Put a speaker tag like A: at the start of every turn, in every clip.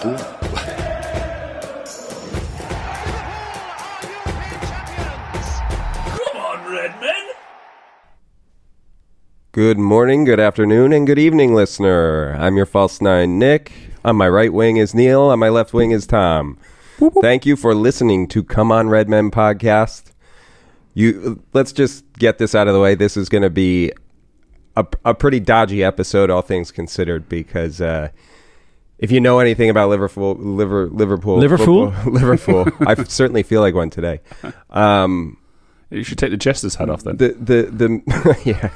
A: fool.
B: Come on, Redman!
A: Good morning, good afternoon, and good evening, listener. I'm your false nine, Nick. On my right wing is Neil. On my left wing is Tom. Thank you for listening to Come On Red Men podcast. You let's just get this out of the way. This is going to be a, a pretty dodgy episode, all things considered, because uh, if you know anything about Liverpool, Liver, Liverpool,
C: Liverpool?
A: football- Liverpool, I certainly feel like one today. Um,
B: You should take the jester's hat off then.
A: the the the yeah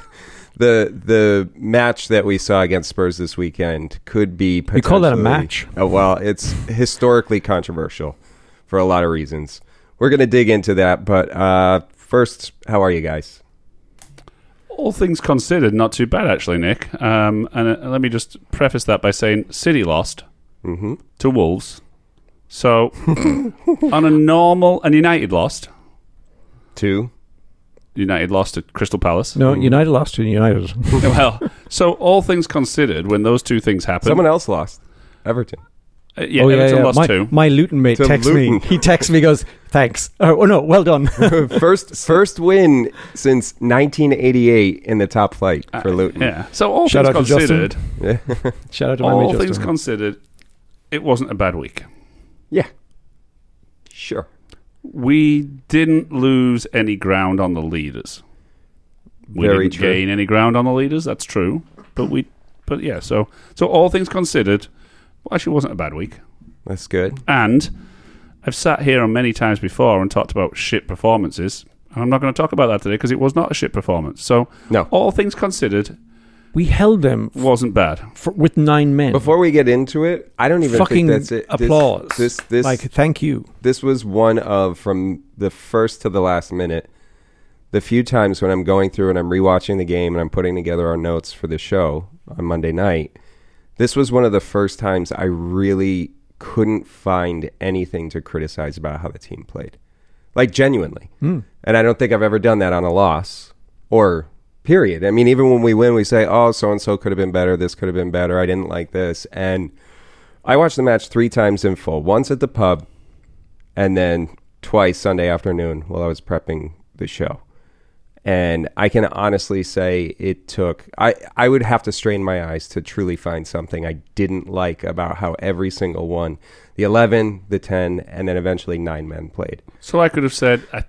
A: the the match that we saw against Spurs this weekend could be potentially,
C: You call that a match?
A: Uh, well, it's historically controversial for a lot of reasons. We're gonna dig into that, but uh, first, how are you guys?
B: All things considered, not too bad actually, Nick. Um, and uh, let me just preface that by saying City lost
C: Mm-hmm.
B: to Wolves. So, on a normal and United lost.
A: Two.
B: United lost to Crystal Palace.
C: No, United lost to United.
B: well, so all things considered, when those two things happen,
A: Someone else lost. Everton.
B: uh, yeah, Everton lost
C: Oh, my,
B: two.
C: my Luton mate
A: To
C: texts me.
A: Luton.
C: He texts me, goes, "Thanks." Oh, oh no, well done.
A: first first win since 1988 in the top flight for Luton.
B: yeah. So all
C: Shout
B: things
C: out to Justin.
B: considered,
C: Shout out to my
B: all
C: mate
B: things
C: Justin.
B: considered, it wasn't a bad week.
A: yeah. Sure.
B: we didn't lose any ground on the leaders. We
A: Very
B: didn't
A: true.
B: gain any ground on the leaders. That's true. But we, but yeah. So so all things considered, well, actually, it wasn't a bad week.
A: That's good.
B: And I've sat here on many times before and talked about shit performances. And I'm not going to talk about that today because it was not a shit performance. So
A: No.
B: all things considered,
C: we held them
B: wasn't bad.
C: for, with nine men.
A: Before we get into it, I don't even think
C: fucking
A: that's it. This-
C: applause.
A: This this this,
C: like, thank you.
A: was one of from the first to the last minute. The few times when I'm going through and I'm rewatching the game and I'm putting together our notes for the show on Monday night, this was one of the first times I really couldn't find anything to criticize about how the team played. Like genuinely. And I don't think I've ever done that on a loss or period. I mean, even when we win, we say, oh, so and so could have been better. This could have been better. I didn't like this. And I watched the match three times in full once at the pub and then twice Sunday afternoon while I was prepping the show. And I can honestly say it took I, I would have to strain my eyes to truly find something I didn't like about how every single one, the eleven, the ten, and then eventually nine men played.
B: So I could have said, I,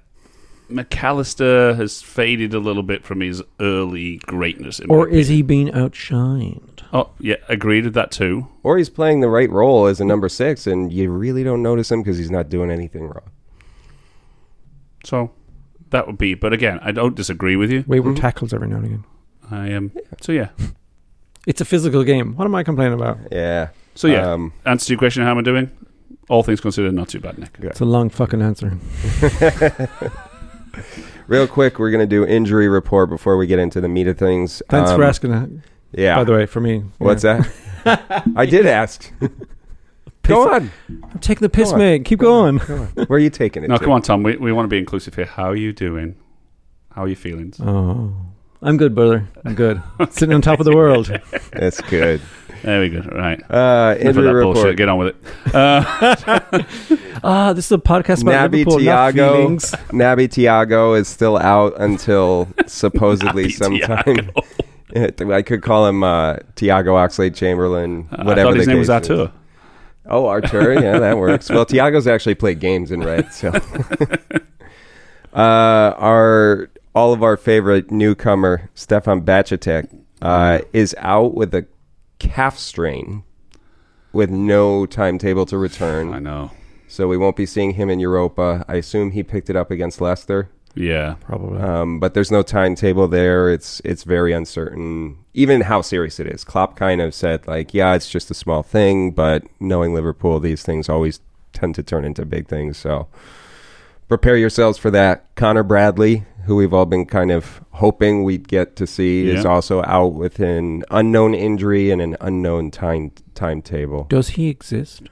B: McAllister has faded a little bit from his early greatness. In my
C: Or is
B: opinion.
C: he being outshined?
B: Oh yeah, agreed with that too.
A: Or he's playing the right role as a number six and you really don't notice him because he's not doing anything wrong.
B: So that would be. But again, I don't disagree with you.
A: Mm-hmm.
C: Wayward tackles every now and again.
B: I am. so yeah.
C: It's a physical game. What am I complaining about?
A: Yeah.
B: So yeah.
A: Um,
B: answer to your question, how am I doing? All things considered, not too bad, Nick.
C: It's a long fucking answer.
A: real quick, we're gonna do injury report before we get into the meat of things.
C: Thanks
A: Um,
C: for asking that.
A: Yeah.
C: By the way, for me,
A: What's
C: Yeah.
A: that? I did ask. Go on.
C: I'm taking the piss,
A: Go on.
C: mate. Keep going.
A: Where are you taking it?
B: No,
A: to?
B: come on, Tom. We, we want to be inclusive here. How are you doing? How are your feelings?
C: Oh, I'm good, brother. I'm good. Sitting on top of the world.
A: That's good.
B: There we go. Right.
A: Uh,
B: Enough of
A: injury
B: that
A: report.
B: bullshit. Get on with it. Uh,
C: Ah, this is a podcast about
A: Naby
C: Liverpool, not
A: Tiago.
C: feelings.
A: Naby Tiago is still out until supposedly
B: Naby
A: sometime. I could call him uh, Tiago Oxlade Chamberlain.
B: I
A: Whatever
B: thought his
A: the
B: name was
A: case is.
B: Artur.
A: Oh, Artur, yeah, that works. Well, Tiago's actually played games in red, so uh, our all of our favorite newcomer Stefan Bacitek, uh is out with a calf strain with no timetable to
B: I
A: return.
B: know.
A: So we won't be seeing him in Europa. I assume he picked it up against Leicester.
B: Yeah.
C: Probably.
A: Um, but there's no timetable there. It's it's very uncertain, even how serious it is. Klopp kind of said like, yeah, it's just a small thing, but knowing Liverpool, these things always tend to turn into big things. So prepare yourselves for that. Connor Bradley, who we've all been kind of hoping we'd get to see, is
B: Yeah.
A: also out with an unknown injury and an unknown time timetable.
C: Does he exist?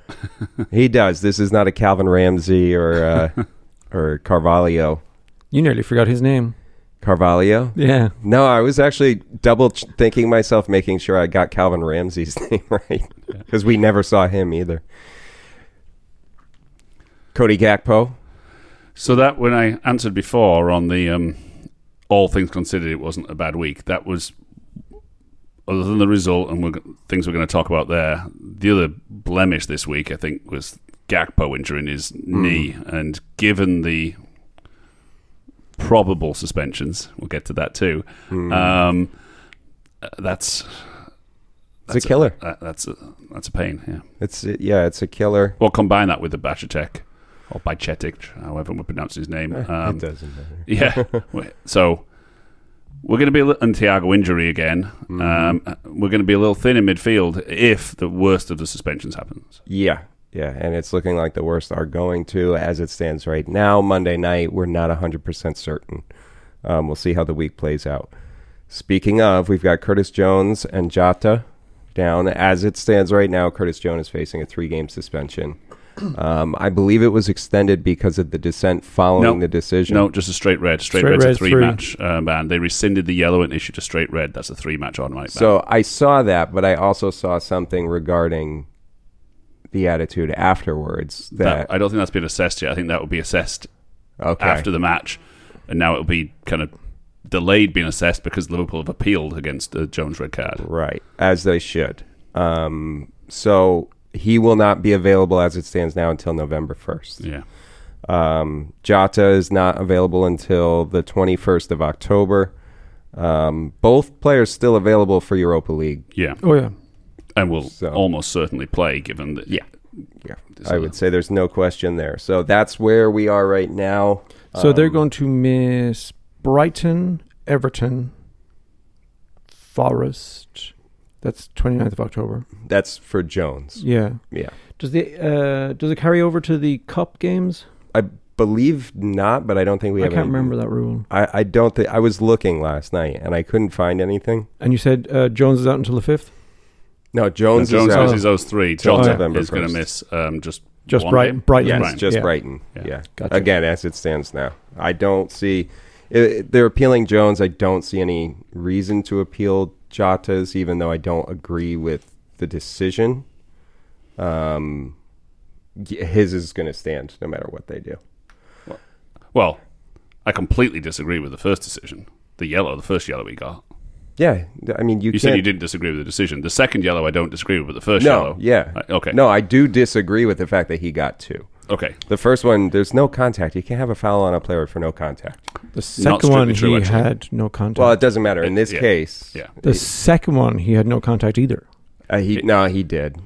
A: he does. This is not a Calvin Ramsey or uh, or Carvalho.
C: You nearly forgot his name.
A: Carvalho.
C: Yeah.
A: No, I was actually double ch- thinking myself, making sure I got Calvin Ramsey's name right because we never saw him either. Cody Gakpo.
B: So that when I answered before on the um, all things considered, it wasn't a bad week. That was other than the result and we're, g- things we're going to talk about there. The other blemish this week, I think, was Gakpo injuring his knee, and given the probable suspensions, we'll get to that too. Um, uh, that's
A: It's a killer.
B: uh, that's a, that's a pain. Yeah.
A: It's yeah, it's a killer.
B: Well, combine that with the Baciatek or Bacetic, however we pronounce his name. Um,
A: doesn't matter.
B: yeah. Wait, So we're going to be a little, and Thiago injury again.
A: Mm-hmm.
B: Um, uh, we're going to be a little thin in midfield if the worst of the suspensions happens.
A: Yeah, yeah, and it's looking like the worst are going to, as it stands right now. Monday night, we're not hundred percent certain. Um, we'll see how the week plays out. Speaking of, we've got Curtis Jones and Jota down as it stands right now. Curtis Jones is facing a three-game suspension. Um, I believe it was extended because of the dissent following
B: No.
A: the decision.
B: No, just a straight red. Straight,
C: Straight
B: red's a
C: red's
B: three,
C: three.
B: match uh, ban. They rescinded the yellow and issued a straight red. That's a three match automatic ban.
A: So I saw that, but I also saw something regarding the attitude afterwards. That,
B: That- I don't think that's been assessed yet. I think that will be assessed
A: okay,
B: after the match, and now it'll be kind of delayed being assessed because Liverpool have appealed against the Jones red card.
A: Right, as they should. Um, so he will not be available as it stands now until November 1st.
B: Yeah.
A: Um, Jota is not available until the 21st of October. Um, both players still available for Europa League.
B: Yeah.
C: Oh yeah.
B: and will
A: So-
B: almost certainly play given that. Yeah.
A: Yeah,
B: There's
A: I
B: a-
A: would say there's no question there. So that's where we are right now. Um,
C: So they're going to miss Brighton, Everton, Forest. That's 29th of October.
A: That's for Jones.
C: Yeah.
A: Yeah.
C: Does the uh, does it carry over to the cup games?
A: I believe not, but I don't think we
C: I
A: have
C: can't
A: any-
C: remember that rule.
A: I, I don't think I was looking last night and I couldn't find anything.
C: And you said uh, Jones is out until the fifth.
A: No, Jones,
B: Jones
A: is
B: has
A: out.
C: out.
B: his those three.
A: Till
B: Jota
A: November
B: is going to
A: 1st.
B: miss um, just
C: Just
B: one
C: Brighton.
B: game.
C: Brighton.
A: Yes,
B: Brighton.
A: just
C: Yeah.
A: Brighton.
B: Yeah.
A: Yeah.
C: Gotcha.
A: Again, as it stands now, I don't see. i they're appealing Jones. I don't see any reason to appeal Jota's, even though I don't agree with the decision. Um, y- his is going to stand no matter what they do.
B: Well, I completely disagree with the first decision. The yellow, the first yellow we got.
A: Yeah, th- I mean, you,
B: You, said you
A: can't-
B: didn't disagree with the decision. The second yellow, I don't disagree with, but the first
A: No,
B: yellow.
A: yeah,
B: I- okay.
A: No, I do disagree with the fact that he got two.
B: Okay.
A: The first one, there's no contact. You can't have a foul on a player for no contact.
C: The second
B: strictly
C: one
B: true,
C: he
B: actually.
C: had no contact.
A: Well, it doesn't matter in this
B: Yeah.
A: case.
B: Yeah.
C: the second one he had no contact either.
A: uh, he no, he did.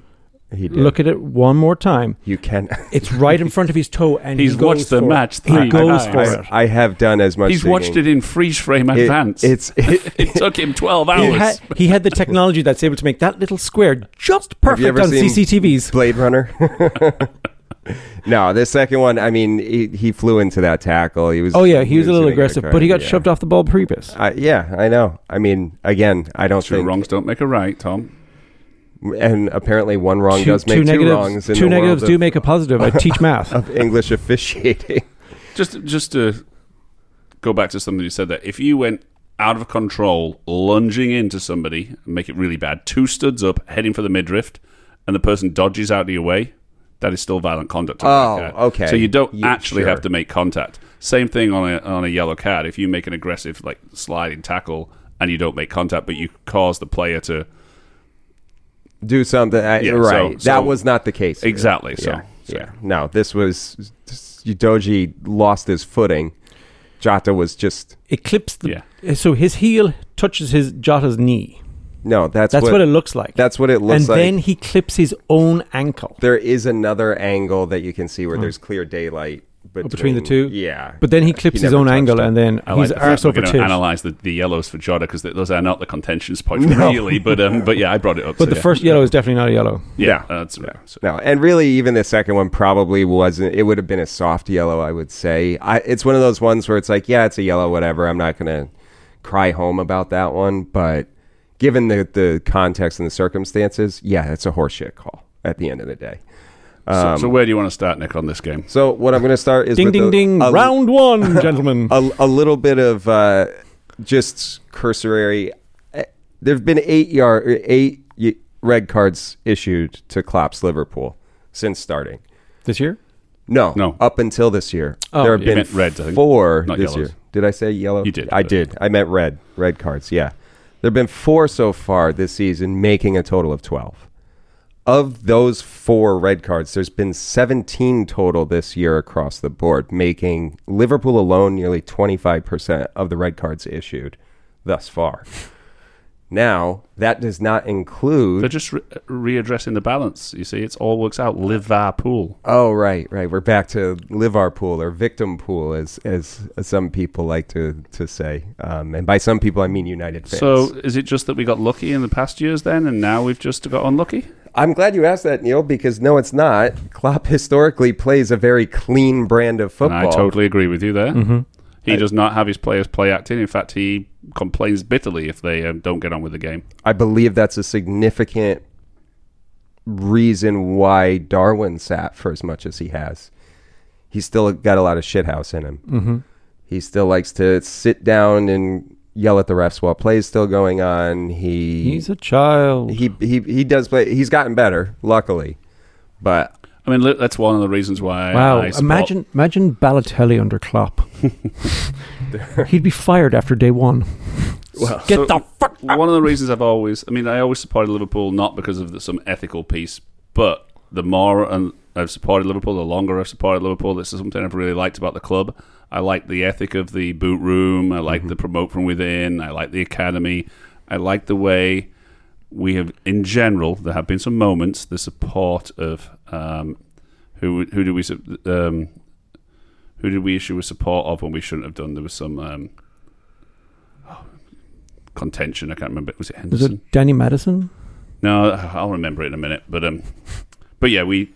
A: He did.
C: Look at it one more time.
A: you can.
C: It's right in front of his toe, and
B: He's
C: he goes
B: watched the
C: for it.
B: match
C: He
B: three
C: goes
B: times.
C: for
A: I,
C: it.
A: I have done as much.
B: He's watched
A: digging.
B: it in freeze frame
A: It-
B: advance. It,
A: It's. It,
B: took him 12
C: He
B: hours.
C: had, he had the technology that's able to make that little square just
A: Have you
C: perfect
A: ever
C: on
A: seen
C: CCTVs.
A: Blade Runner. no, the second one. I mean, he, he flew into that tackle. He was.
C: Oh yeah, he was a little
A: gonna get
C: aggressive,
A: card,
C: but he got
A: yeah.
C: shoved off the ball previous.
A: I, yeah, I know. I mean, again, I don't
B: Two
A: think.
B: wrongs don't make a right, Tom.
A: And apparently, one wrong does make two,
C: negatives,
A: wrongs. In
C: two
A: the
C: negatives
A: world
C: do
A: of,
C: make a positive. I teach math.
A: of English officiating.
B: Just, just to go back to something you said there. If you went out of control, lunging into somebody, and make it really bad, two studs up, heading for the midriff, and the person dodges out of your way, that is still violent conduct. on
A: Oh,
B: that card.
A: okay.
B: So you don't
A: Yeah,
B: actually have
A: sure.
B: to make contact. Same thing on a, on a yellow card. If you make an aggressive like sliding tackle and you don't make contact, but you cause the player to
A: do something. I,
B: Yeah,
A: right.
B: so-
A: that
B: so-
A: was not the case. here.
B: Exactly, so-
A: yeah,
B: so-
A: yeah. No, this was Udoji lost his footing. Jota was just
C: It clips the.
B: yeah.
C: So his heel touches his Jota's knee.
A: no. That's,
C: That's
A: what,
C: what, it looks like.
A: that's what it looks
C: and
A: like.
C: then he clips his own ankle.
A: there is another angle that you can see where there's clear daylight between,
C: between the two?
A: Yeah,
C: But then he clips his
A: never
C: own
A: touched
C: angle,
A: it.
C: and then
B: I
C: he's
B: like the fact
C: arse
B: we're
C: over
B: going
C: tit.
B: to analyze the, the yellows for Jota because those are not the contentions points really, but um, but yeah, I brought it up.
C: But
B: so
C: the
B: yeah.
C: first yellow is definitely not a yellow.
B: yeah, that's so-
A: No, and really, even the second one probably wasn't. It would have been a soft yellow, I would say. I, it's one of those ones where it's like, yeah, it's a yellow, whatever. I'm not gonna cry home about that one, but given the the context and the circumstances, yeah, it's a horseshit call at the end of the day.
B: so, so where do you want to start, Nick, on this game?
A: So what I'm gonna start is
C: Ding,
A: with
C: ding,
A: a-
C: ding.
A: a-
C: Round one, gentlemen.
A: a, a little bit of uh, just cursory. eh, There've been eight yard er, eight y- red cards issued to Klopp's Liverpool since starting.
C: this year?
A: No,
B: No.
A: Up until this year,
C: Oh.
A: there have
B: You
A: been
B: meant reds, I think.
A: four
B: Not
A: this
B: yellows.
A: year. Did I say yellow?
B: You did,
A: I
B: but-
A: did. I meant red. Red cards. Yeah, there have been four so far this season, making a total of twelve. Of those four red cards, there's been 17 total this year across the board, making Liverpool alone nearly 25% of the red cards issued thus far. Now, that does not include
B: They're just re- readdressing the balance. You see, it's all works out. Liverpool.
A: Oh right, right. We're back to live our pool or victim pool, as as some people like to to say. Um, and by some people, I mean United fans.
B: So is it just that we got lucky in the past years then, and now we've just got unlucky?
A: I'm glad you asked that, Neil, because no, it's not. Klopp historically plays a very clean brand of
B: And
A: football.
B: I totally agree with you there. He does not have his players play acting. In fact, he complains bitterly if they um, don't get on with the game.
A: I believe that's a significant reason why Darwin sat for as much as he has. He's still got a lot of shithouse in him. Mm-hmm. He still likes to sit down and yell at the refs while play's still going on. He
C: He's a child.
A: he he he does play. He's gotten better, luckily. But
B: I mean, li- that's one of the reasons why.
C: Wow!
B: I support-
C: Imagine, imagine Balotelli under Klopp. He'd be fired after day one.
B: Well,
C: Get
B: so-
C: the fuck.
B: one of the reasons I've always, I mean, I always supported Liverpool not because of the, some ethical piece, but the more and I've supported Liverpool, the longer I've supported Liverpool. This is something I've really liked about the club. I like the ethic of the boot room. I like the promote from within. I like the academy. I like the way we have, in general, there have been some moments the support of um, who who do we su- um, who did we issue a support of when we shouldn't have done? There was some. Um, Contention. I can't remember. Was it
C: Was
B: Henderson?
C: it Danny Madison?
B: No, I'll remember it in a minute. But um, but yeah, we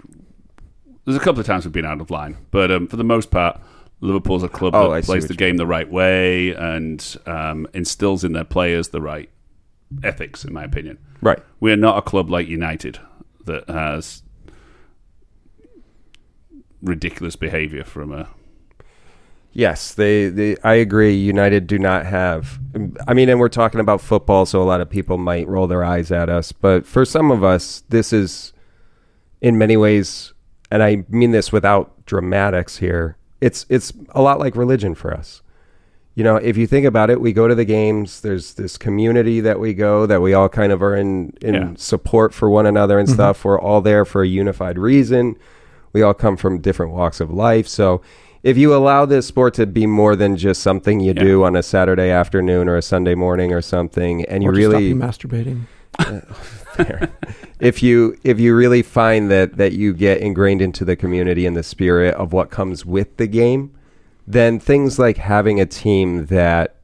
B: there's a couple of times we've been out of line, but um, for the most part, Liverpool's a club
A: Oh, I
B: that
A: see
B: plays
A: what
B: the
A: you
B: game the right way and um, instills in their players the right ethics, in my opinion.
A: right,
B: We are not a club like United that has ridiculous behaviour from a.
A: yes, they, they. I agree. United do not have. I mean, and we're talking about football, so a lot of people might roll their eyes at us. But for some of us, this is, in many ways, and I mean this without dramatics here. It's it's a lot like religion for us. you know, if you think about it, we go to the games. There's this community that we go that we all kind of are in in
B: Yeah.
A: support for one another and stuff. We're all there for a unified reason. We all come from different walks of life. So if you allow this sport to be more than just something you
B: Yeah.
A: do on a Saturday afternoon or a Sunday morning or something, and you
C: Or to stop
A: really
C: you masturbating.
A: if you if you really find that that you get ingrained into the community and the spirit of what comes with the game, then things like having a team that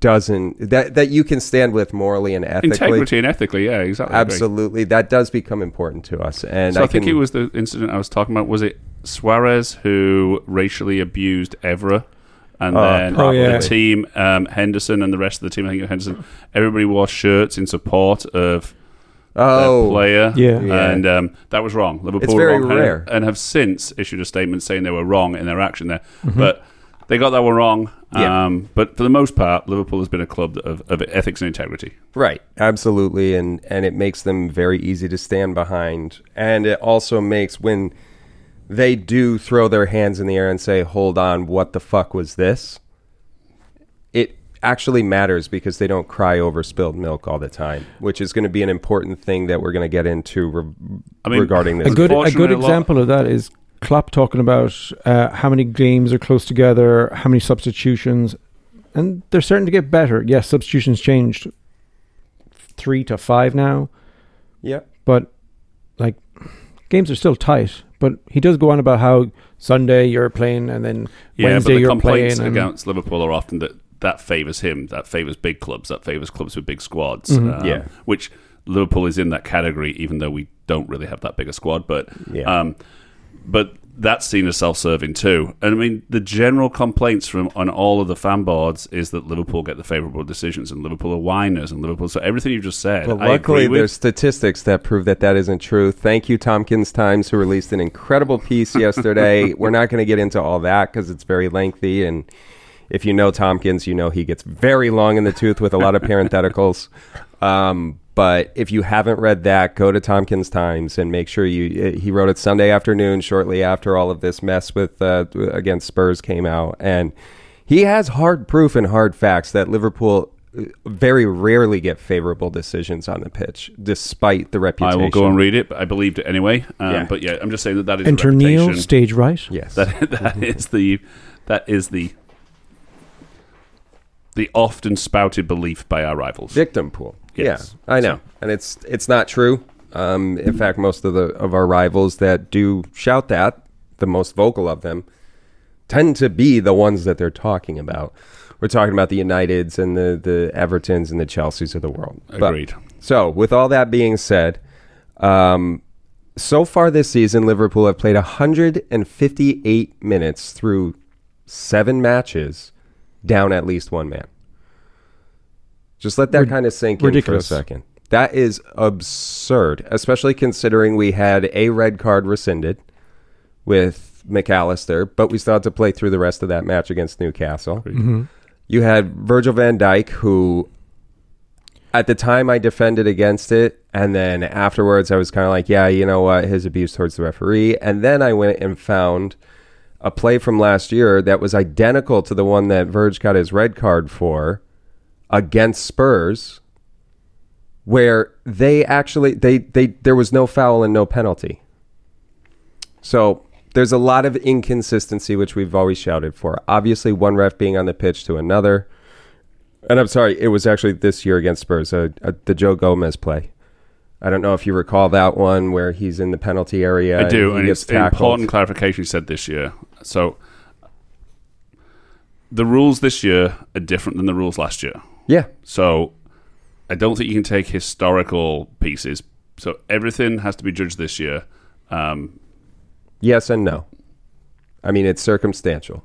A: doesn't that that you can stand with morally and ethically.
B: Integrity and ethically, yeah, exactly. I agree.
A: Absolutely, that does become important to us, and
B: So I,
A: I,
B: think
A: can,
B: it was the incident I was talking about. Was it Suarez who racially abused Evra? And
A: Oh,
B: then
C: probably.
B: the team, um, Henderson and the rest of the team, I think it was Henderson, everybody wore shirts in support of
A: oh,
B: their player.
C: Yeah.
A: Yeah.
B: And um, that was wrong. Liverpool
A: It's
B: were
A: very
B: wrong and-
A: rare.
B: And, have since issued a statement saying they were wrong in their action there. But they got that one wrong.
A: Mm-hmm. Yeah.
B: Um, but for the most part, Liverpool has been a club of, of ethics and integrity.
A: Right, absolutely, and and it makes them very easy to stand behind, and it also makes when they do throw their hands in the air and say, "Hold on, what the fuck was this?" It actually matters because they don't cry over spilled milk all the time, which is going to be an important thing that we're going to get into re-
B: I mean,
A: regarding
B: a
A: this.
C: a good a good
B: Unfortunately, a lot-
C: example of that is Klopp talking about uh, how many games are close together, how many substitutions, and they're starting to get better. Yes, substitutions changed three to five now,
A: yeah,
C: but like games are still tight. But he does go on about how Sunday you're playing and then Wednesday
B: but the
C: you're
B: complaints
C: playing. and-
B: against Liverpool are often that that favors him, that favors big clubs, that favors clubs with big squads.
C: Mm-hmm.
B: Um,
A: Yeah.
B: which Liverpool is in that category, even though we don't really have that big a squad. But
A: Yeah.
B: um, but that's seen as self-serving too. And I mean, the general complaints from on all of the fan boards is that Liverpool get the favourable decisions, and Liverpool are whiners, and Liverpool. So everything you've just said,
A: But
B: I agree
A: luckily,
B: with.
A: there's statistics that prove that that isn't true. Thank you, Tompkins Times, who released an incredible piece yesterday. We're not going to get into all that because it's very lengthy. And if you know Tompkins, you know he gets very long in the tooth with a lot of parentheticals. Um, But if you haven't read that, go to Tompkins Times and make sure you. eh, He wrote it Sunday afternoon, shortly after all of this mess with uh, against Spurs came out, and he has hard proof and hard facts that Liverpool uh, very rarely get favorable decisions on the pitch, despite the
B: I
A: reputation.
B: will go and read it, but I believed it anyway. Um,
A: Yeah.
B: But yeah, I'm just saying that that is
C: Enter
B: the
C: Neil,
B: reputation.
C: stage right.
A: Yes,
B: That
A: Mm-hmm.
B: that is the that is the the often spouted belief by our rivals.
A: victim pool.
B: Yes.
A: Yeah, I know, and it's it's not true. Um, in fact, most of the of our rivals that do shout that, the most vocal of them, tend to be the ones that they're talking about. We're talking about the Uniteds and the the Evertons and the Chelseas of the world. But-
B: Agreed.
A: so, with all that being said, um, so far this season, Liverpool have played 158 minutes through seven matches, down at least one man. Just let that kind of sink in
C: ridiculous.
A: for a second. That is absurd, especially considering we had a red card rescinded with McAllister, but we still had to play through the rest of that match against Newcastle. You had Virgil van Dijk, who at the time I defended against it, and then afterwards I was kind of like, yeah, you know what, his abuse towards the referee, and then I went and found a play from last year that was identical to the one that Verge got his red card for against Spurs, where they actually they they there was no foul and no penalty. So there's a lot of inconsistency which we've always shouted for. Obviously, one ref being on the pitch to another. And I'm sorry, it was actually this year against Spurs, uh, uh, the Joe Gomez play. I don't know if you recall that one where he's in the penalty area.
B: I do,
A: he
B: and
A: gets
B: it's
A: tackled.
B: important clarification you said this year. So the rules this year are different than the rules last year.
A: Yeah,
B: So I don't think you can take historical pieces. So everything has to be judged this year. Um,
A: Yes and no. I mean, it's circumstantial.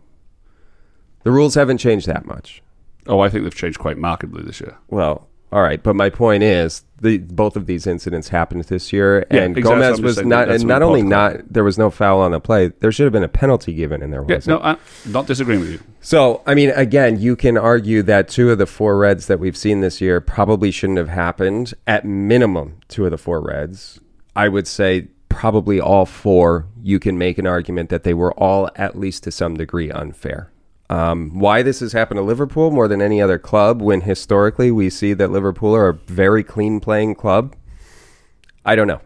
A: The rules haven't changed that much.
B: oh, I think they've changed quite markedly this year.
A: Well, all right, but my point is, the both of these incidents happened this year,
B: Yeah,
A: and
B: exactly. I'm
A: Gomez
B: just
A: was
B: saying
A: not,
B: that's
A: and
B: what
A: not only
B: Paul's
A: not, there was no foul on the play. There should have been a penalty given, and there
B: Yeah,
A: wasn't.
B: no, I'm not disagreeing with you.
A: So, I mean, again, you can argue that two of the four reds that we've seen this year probably shouldn't have happened. At minimum, two of the four reds. I would say probably all four. You can make an argument that they were all, at least to some degree, unfair. Um, why this has happened to Liverpool more than any other club, when historically we see that Liverpool are a very clean playing club, I don't know.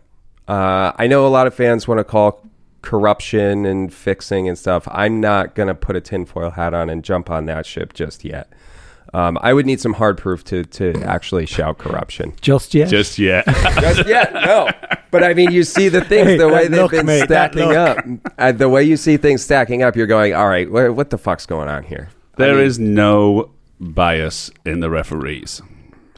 A: Uh, I know a lot of fans want to call corruption and fixing and stuff. I'm not going to put a tinfoil hat on and jump on that ship just yet. Um, I would need some hard proof to, to actually shout corruption.
C: Just yet.
B: Just yet.
A: Just yet, no. But I mean, you see the things,
C: Hey,
A: the way
C: that
A: they've
C: look,
A: been
C: mate, that
A: stacking up, uh, the way you see things stacking up, you're going, all right, wh- what the fuck's going on here?
B: There is no bias in the referees.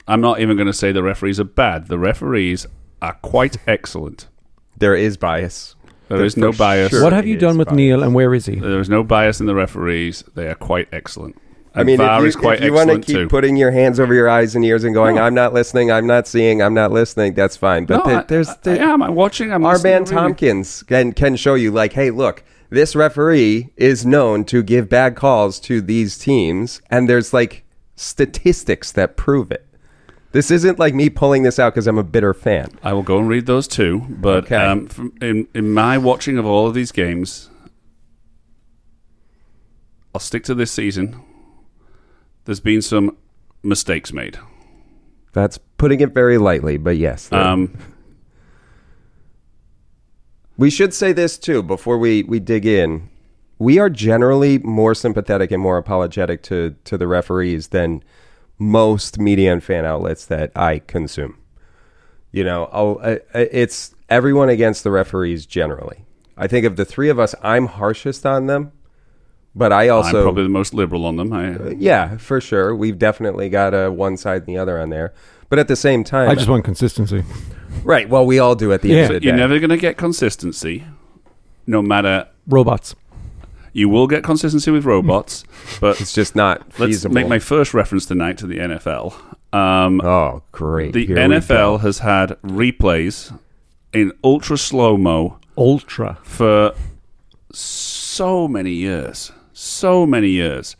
B: I'm not even going to say the referees are bad. The referees are quite excellent.
A: There is bias.
B: There is no
A: For
B: bias.
A: sure.
C: what have
A: It
C: you
A: is
C: done with
A: biased.
C: Neil and where is he?
B: There is no bias in the referees. They are quite excellent. And
A: I mean,
B: VAR
A: if
B: is
A: you,
B: quite
A: if you want to
B: excellent
A: keep
B: too.
A: putting your hands over your eyes and ears and going,
B: No.
A: I'm not listening, I'm not seeing, I'm not listening, that's fine. But
B: no,
A: there-
B: I,
A: there's,
B: I,
A: there-
B: I am. I'm watching. I'm
A: our
B: listening,
A: man
B: I'm reading.
A: Tompkins can can show you like, hey, look, this referee is known to give bad calls to these teams, and there's like statistics that prove it. This isn't like me pulling this out because I'm a bitter fan.
B: I will go and read those too. But
A: Okay.
B: um, from, in in my watching of all of these games, I'll stick to this season. There's been some mistakes made.
A: That's putting it very lightly, but yes, there-
B: Um,
A: we should say this too before we we dig in. We are generally more sympathetic and more apologetic to to the referees than most media and fan outlets that I consume. you know, I'll, I, I- it's everyone against the referees generally. I think of the three of us, I'm harshest on them, but I also,
B: I'm probably the most liberal on them.
A: Uh,
B: I,
A: yeah, for sure, we've definitely got a one side and the other on there. But at the same time,
C: I just want consistency.
A: right. Well, we all do at the
C: Yeah.
A: end of the
B: you're
A: day.
B: never going to get consistency, no matter.
C: Robots.
B: You will get consistency with robots, but
A: it's just not
B: let's
A: feasible.
B: make my first reference tonight to the NFL. Um,
A: oh, great.
B: the
A: Here we go.
B: NFL has had replays in ultra slow mo
C: Ultra.
B: for so many years, so many years,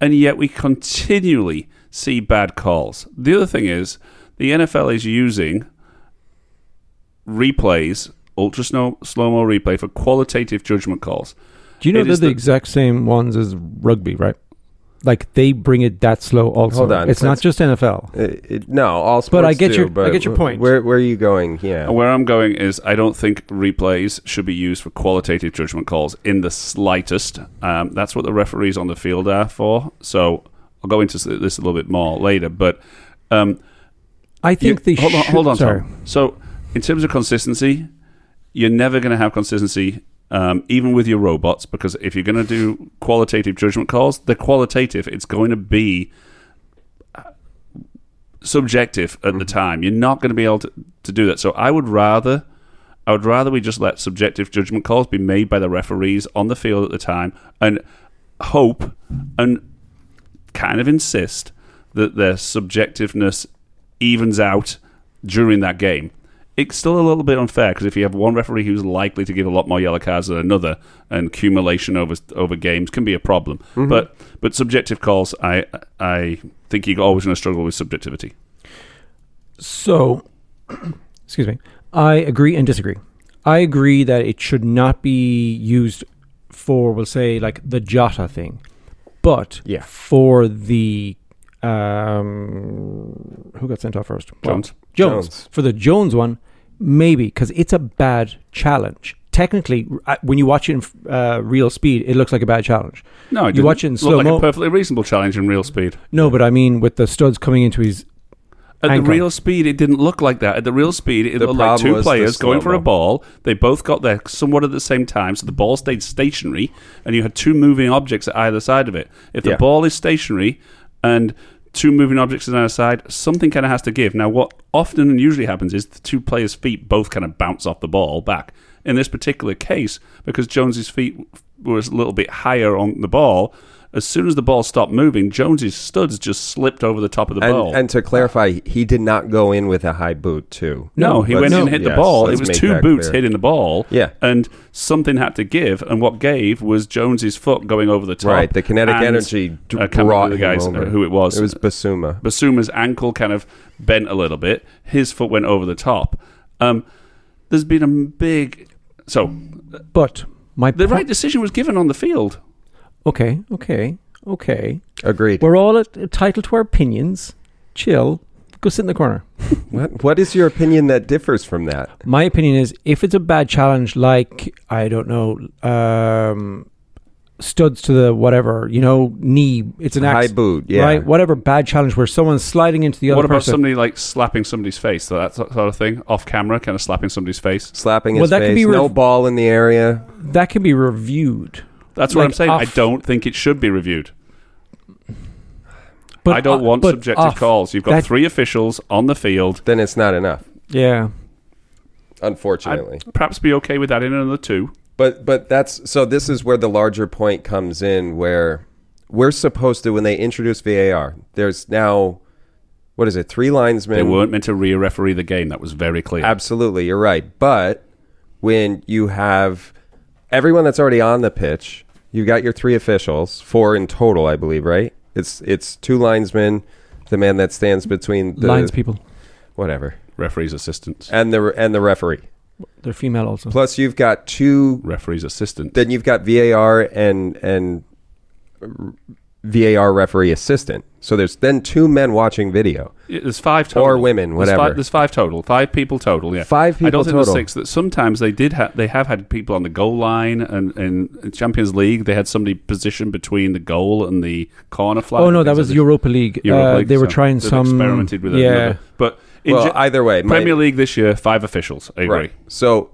B: and yet we continually see bad calls. The other thing is the NFL is using replays, ultra slow mo replay for qualitative judgment calls.
C: Do you know
B: It
C: they're
B: is
C: the,
B: the-
C: exact same ones as rugby, right? Like they bring it that slow. Also,
A: Hold on,
C: it's not
A: let's-
C: just NFL.
A: It, Uh, it, no, all sports.
C: But I get
A: do,
C: your- I
A: but
C: get your
A: wh-
C: point.
A: Where where are you going? Yeah.
B: Where I'm going is I don't think replays should be used for qualitative judgment calls in the slightest. Um, that's what the referees on the field are for. So I'll go into s- this a little bit more later. But um,
C: I think they
B: you- hold on,
C: should-
B: hold on,
C: sorry.
B: Tom. So in terms of consistency, you're never going to have consistency. Um, even with your robots, because if you're going to do qualitative judgment calls, they're qualitative. It's going to be uh, subjective at
C: Mm-hmm.
B: the time. You're not going to be able to, to do that. So I would rather I would rather we just let subjective judgment calls be made by the referees on the field at the time and hope and kind of insist that their subjectiveness evens out during that game. It's still a little bit unfair because if you have one referee who's likely to give a lot more yellow cards than another, and accumulation over over games can be a problem.
C: Mm-hmm.
B: But but subjective calls, I I think you're always going to struggle with subjectivity.
C: So, excuse me. I agree and disagree. I agree that it should not be used for, we'll say, like the Jota thing, but
A: Yeah.
C: for the um, who got sent off first? Well,
B: Jones.
C: Jones.
A: Jones.
C: For the Jones one, maybe because it's a bad challenge. Technically, r- uh, when you watch it in uh, real speed, it looks like a bad challenge.
B: No, it
C: You
B: didn't.
C: watch it in
B: Looked
C: slow
B: like
C: mo-
B: a perfectly reasonable challenge in real speed.
C: No, but I mean with the studs coming into his.
B: At
C: Ankle.
B: the real speed, it didn't look like that. At the real speed, it
A: The
B: looked like
A: problem
B: two
A: was the
B: players going for a
A: slow-mo.
B: ball. They both got there somewhat at the same time, so the ball stayed stationary, and you had two moving objects at either side of it. If the
A: Yeah.
B: ball is stationary and two moving objects on either side, something kind of has to give. Now, what often and usually happens is the two players' feet both kind of bounce off the ball back. In this particular case, because Jones's feet was a little bit higher on the ball, as soon as the ball stopped moving, Jones's studs just slipped over the top of the ball.
A: And, and to clarify, he did not go in with a high boot too.
B: No, he
A: Let's-
B: went in and hit the
A: yes,
B: ball. It
A: let's
B: was
A: make
B: two
A: that
B: boots
A: clear.
B: hitting the ball.
A: Yeah.
B: And something had to give. And what gave was Jones's foot going over the top.
A: Right, the kinetic
B: and,
A: energy d-
B: I can't remember
A: brought
B: the
A: him
B: guys uh,
A: over.
B: who it was.
A: It was Basuma.
B: Basuma's ankle kind of bent a little bit. His foot went over the top. Um, there's been a big. So
C: But my
B: the
C: po-
B: right decision was given on the field.
C: Okay, okay, okay.
A: Agreed.
C: We're all at- entitled to our opinions. Chill. Go sit in the corner.
A: What, what is your opinion that differs from that?
C: My opinion is if it's a bad challenge, like, I don't know, um, studs to the whatever, you know, knee, it's an
A: High
C: axe,
A: boot, yeah.
C: right? Whatever bad challenge where someone's sliding into the other
B: what about
C: person.
B: somebody like slapping somebody's face? So That sort of thing, off camera, kind of slapping somebody's face.
A: Slapping
C: Well,
A: his
C: that could
A: face,
C: be
A: no
C: rev-
A: ball in the area.
C: that can be reviewed.
B: That's what
C: Like
B: I'm saying. I
C: off-
B: don't think it should be reviewed.
C: But
B: I don't
C: uh,
B: want
C: but
B: subjective
C: off-
B: calls. You've got
C: that-
B: three officials on the field.
A: Then it's not enough,
C: Yeah.
A: unfortunately.
B: Perhaps be okay with adding another two.
A: But but that's so this is where the larger point comes in where we're supposed to when they introduce VAR, there's now what is it, three linesmen
B: They weren't meant to re-referee the game. That was very clear.
A: Absolutely, you're right. But when you have everyone that's already on the pitch, you've got your three officials, four in total, I believe, right? It's it's two linesmen, the man that stands between the
C: Lines people.
A: whatever,
B: Referee's assistants.
A: and the and the referee.
C: They're female also.
A: Plus, you've got two.
B: Referee's assistant.
A: Then you've got VAR and and VAR referee assistant. So there's then two men watching video.
B: Yeah, There's five total.
A: Or women,
B: There's
A: whatever.
B: Five, there's five total. Five people total. Yeah.
A: Five
B: I
A: people
B: don't think there's
A: total.
B: six. That sometimes they did. Ha- they have had people on the goal line and in Champions League. They had somebody positioned between the goal and the corner flag.
C: Oh, no,
B: and
C: that
B: things
C: was
B: like
C: Europa League.
B: this. Europa
C: Uh,
B: League,
C: they were
B: so
C: trying
B: they've
C: some.
B: experimented with
C: yeah.
B: another. But in
A: Well,
B: ge-
A: either way, my-
B: Premier League this year, five officials. I agree.
A: Right. So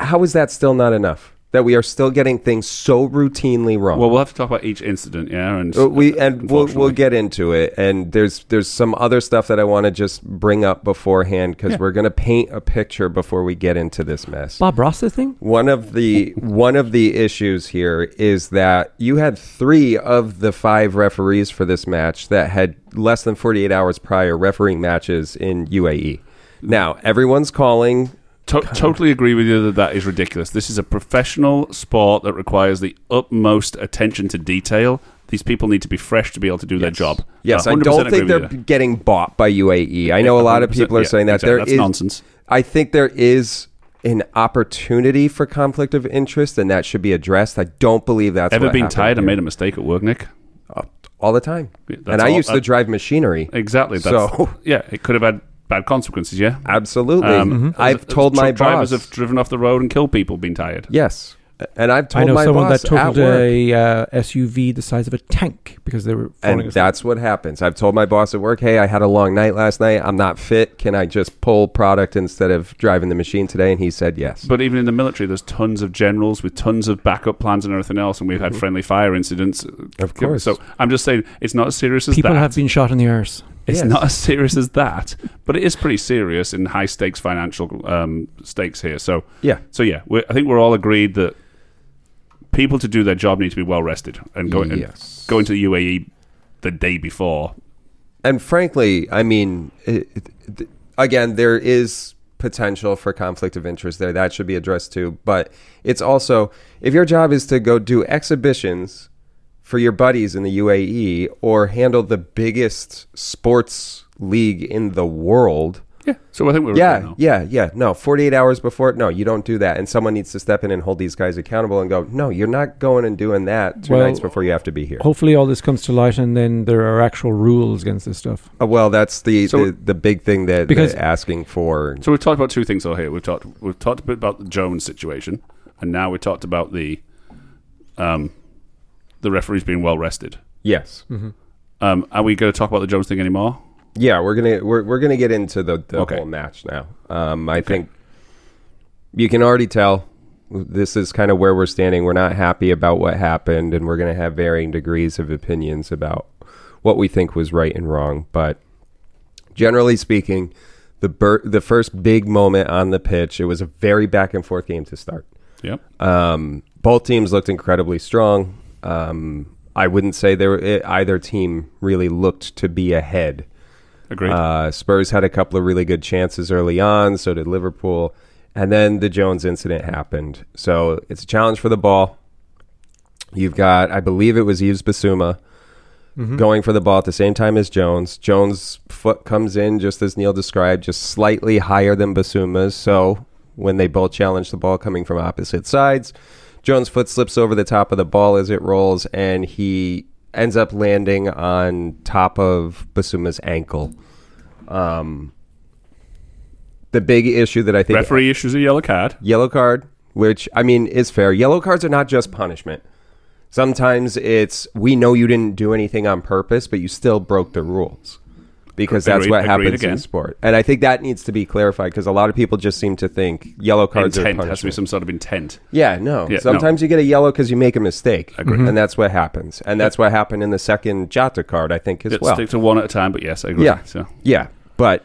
A: how is that still not enough? That we are still getting things so routinely wrong.
B: Well, we'll have to talk about each incident, yeah, and
A: Uh, we and we'll we'll
B: unfortunately.
A: get into it. And there's there's some other stuff that I want to just bring up beforehand because we're gonna paint a picture before we get into this mess.
C: Bob Ross's thing?
A: One of the one of the issues here is that you had three of the five referees for this match that had less than 48 hours prior refereeing matches in UAE. Now everyone's calling
B: To- totally agree with you that that is ridiculous. This is a professional sport that requires the utmost attention to detail. These people need to be fresh to be able to do their
A: Yes.
B: job.
A: Yes,
B: I
A: I
B: 100%
A: don't
B: Uh, agree
A: think
B: with
A: they're
B: you there.
A: getting bought by UAE. I know a lot of
B: 100%,
A: people are
B: yeah,
A: saying that
B: exactly.
A: there
B: That's
A: is-
B: nonsense.
A: I think there is an opportunity for conflict of interest, and that should be addressed. I don't believe that's
B: Ever
A: what
B: been
A: happened
B: tired and
A: here.
B: made a mistake at work, Nick?
A: Uh, all the time.
B: Yeah, that's
A: and I
B: all-
A: used
B: uh,
A: to drive machinery.
B: Exactly. That's,
A: So-
B: yeah, it could have had bad consequences. Yeah.
A: Absolutely,
B: Um,
C: Mm-hmm.
A: I've told my
B: truck
A: boss.
B: drivers have driven off the road and killed people being tired.
A: yes, and I've told
C: I know
A: my
C: someone
A: boss
C: that totaled
A: at work,
C: a uh, SUV the size of a tank because they were falling
A: and that's what happens. I've told my boss at work, "Hey, I had a long night last night. I'm not fit. Can I just pull product instead of driving the machine today?" And he said, "Yes."
B: But even in the military, there's tons of generals with tons of backup plans and everything else, and we've
A: Mm-hmm.
B: had friendly fire incidents.
A: Of course.
B: So I'm just saying it's not as serious as
C: People
B: that.
C: have been shot in the arse.
B: it's
A: Yes.
B: not as serious as that, but it is pretty serious in high stakes financial um, stakes here. So
A: Yeah.
B: so yeah, we're, I think we're all agreed that people to do their job need to be well rested and going and
A: Yes.
B: going to the UAE the day before.
A: and frankly, I mean, it, it, th- again, there is potential for conflict of interest there. That should be addressed too. But it's also if your job is to go do exhibitions for your buddies in the UAE or handle the biggest sports league in the world.
B: Yeah. So I think we're
A: Yeah,
B: agreed now.
A: yeah, yeah. No, 48 hours before, no, you don't do that. And someone needs to step in and hold these guys accountable and go, no, you're not going and doing that two
C: Well-
A: nights before you have to be here.
C: Hopefully, all this comes to light, and then there are actual rules against this stuff.
A: Uh, well, that's the,
B: So-
A: the the big thing that
C: Because-
A: because asking for.
B: So we've talked about two things all here. We've talked we've talked a bit about the Jones situation, and now we talked about the um, the referees being well rested.
A: Yes.
B: Um, are we going to talk about the Jones thing anymore?
A: Yeah, we're gonna we're, we're gonna get into the, the
B: Okay.
A: whole match now. Um, I think you can already tell this is kind of where we're standing. We're not happy about what happened, and we're gonna have varying degrees of opinions about what we think was right and wrong. But generally speaking, the bur- the first big moment on the pitch, it was a very back and forth game to start.
B: Yep.
A: Um, both teams looked incredibly strong. Um, I wouldn't say there it, either team really looked to be ahead.
B: Agreed.
A: Uh, Spurs had a couple of really good chances early on, so did Liverpool, and then the Jones incident happened. So it's a challenge for the ball. You've got, I believe it was Yves Basuma going for the ball at the same time as Jones. Jones' foot comes in, just as Neil described, just slightly higher than Basuma's. So when they both challenge the ball coming from opposite sides, Jones' foot slips over the top of the ball as it rolls, and he ends up landing on top of Basuma's ankle. Um, the big issue that I think
B: Referee issues a yellow card.
A: yellow card, which I mean is fair. Yellow cards are not just punishment. Sometimes it's we know you didn't do anything on purpose, but you still broke the rules because that's
B: Agreed-
A: what
B: agreed
A: happens
B: again.
A: in sport. And I think that needs to be clarified because a lot of people just seem to think yellow cards are
B: Intent
A: punishment.
B: has to be some sort of intent.
A: Yeah, no.
B: Yeah,
A: Sometimes you get a yellow because you make a mistake, and that's what happens. And that's what happened in the second Jota card, I think, as
B: Let's
A: well.
B: stick to one at a time. But yes, I agree.
A: Yeah.
B: So
A: Yeah, but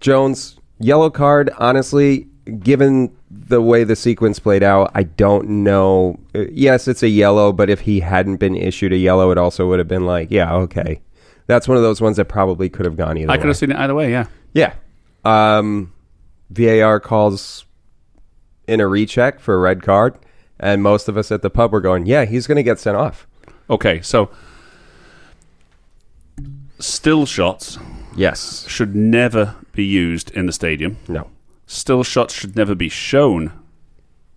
A: Jones yellow card. Honestly, given the way the sequence played out, I don't know. Uh, Yes, it's a yellow, but if he hadn't been issued a yellow, it also would have been like, yeah, okay. That's one of those ones that probably could have gone either.
B: I could
A: way.
B: have seen it either way. Yeah.
A: Yeah. Um, VAR calls in a recheck for a red card, and most of us at the pub were going, yeah, he's going to get sent off.
B: Okay. So still shots
A: Yes.
B: should never be used in the stadium.
A: No.
B: Still shots should never be shown.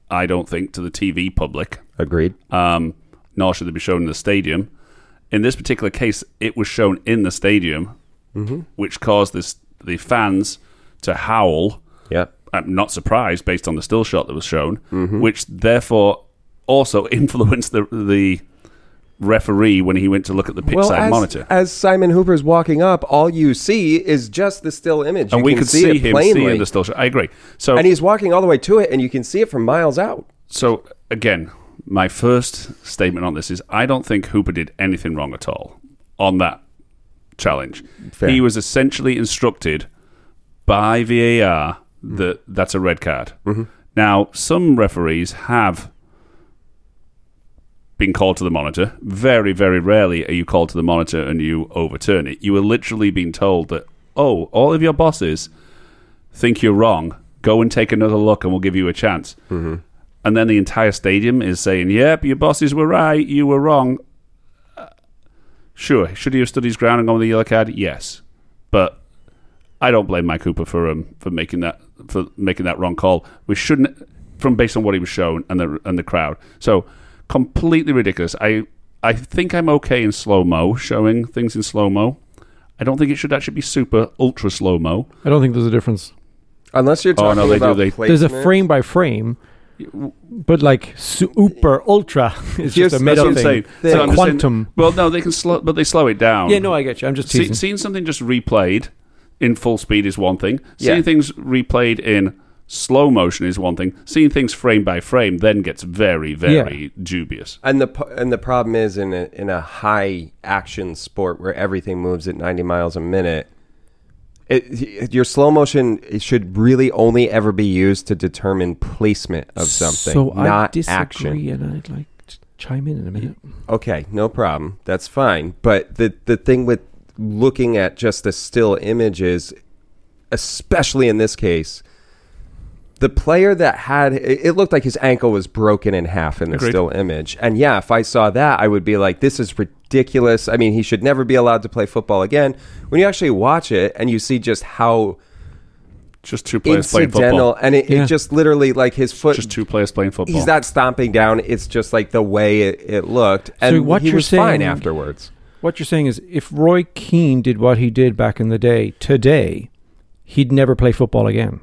B: I don't think to the TV public.
A: Agreed.
B: um, nor should they be shown in the stadium. In this particular case, it was shown in the stadium,
A: Mm-hmm.
B: which caused this, the fans to howl.
A: Yeah.
B: I'm not surprised based on the still shot that was shown,
A: Mm-hmm.
B: which therefore also influenced the the referee when he went to look at the pitch side
A: as,
B: monitor.
A: As Simon Hooper's walking up, all you see is just the still image.
B: and
A: You
B: we
A: can
B: could see,
A: it
B: him
A: plainly.
B: seeing the still shot. I agree. So
A: and he's walking all the way to it, and you can see it from miles out.
B: so again, my first statement on this is I don't think Hooper did anything wrong at all on that challenge.
A: Fair.
B: He was essentially instructed by VAR that that's a red card. Now, some referees have been called to the monitor. Very, very rarely are you called to the monitor and you overturn it. You are literally being told that, oh, all of your bosses think you're wrong. Go and take another look and we'll give you a chance. And then the entire stadium is saying, yep, your bosses were right. You were wrong. Uh, Sure, should he have stood his ground and gone with a yellow card? Yes, but I don't blame Mike Cooper for um, for making that for making that wrong call. We shouldn't, from based on what he was shown and the and the crowd. So completely ridiculous. I I think I'm okay in slow mo showing things in slow mo. I don't think it should actually be super ultra slow mo.
C: I don't think there's a difference.
A: Unless you're
B: Oh,
A: talking
B: no, they do,
A: about
B: they-
A: placement.
C: There's a frame by frame, but like super ultra is
A: Here's-
C: just a made
A: that's
C: up
B: That's what I'm
C: thing.
B: saying.
A: Thing.
B: So I'm just saying-
C: Quantum.
B: well, no, they can slow, but they slow it down.
C: Yeah, no, I get you. I'm just
B: See,
C: teasing.
B: seeing something just replayed in full speed is one thing. Seeing
A: Yeah.
B: things replayed in slow motion is one thing. Seeing things frame by frame then gets very, very dubious.
A: and the p- and the problem is in a, in a high action sport where everything moves at 90 miles a minute it, your slow motion it should really only ever be used to determine placement of something
C: So I
A: not
C: disagree,
A: action
C: and I'd like to chime in in a minute.
A: okay no problem that's fine but the the thing with looking at just the still images especially in this case the player that had it it looked like his ankle was broken in half in the
B: Agreed.
A: still image and yeah if i saw that i would be like this is ridiculous i mean he should never be allowed to play football again when you actually watch it and you see just how
B: Just two players playing
A: incidental
B: football.
A: and it,
C: Yeah.
A: it just literally like his foot
B: Just two players playing football.
A: he's not stomping down it's just like the way it, it looked and
C: what
A: he
C: you're
A: was fine
C: saying-
A: afterwards
C: What you're saying is, if Roy Keane did what he did back in the day, today he'd never play football again.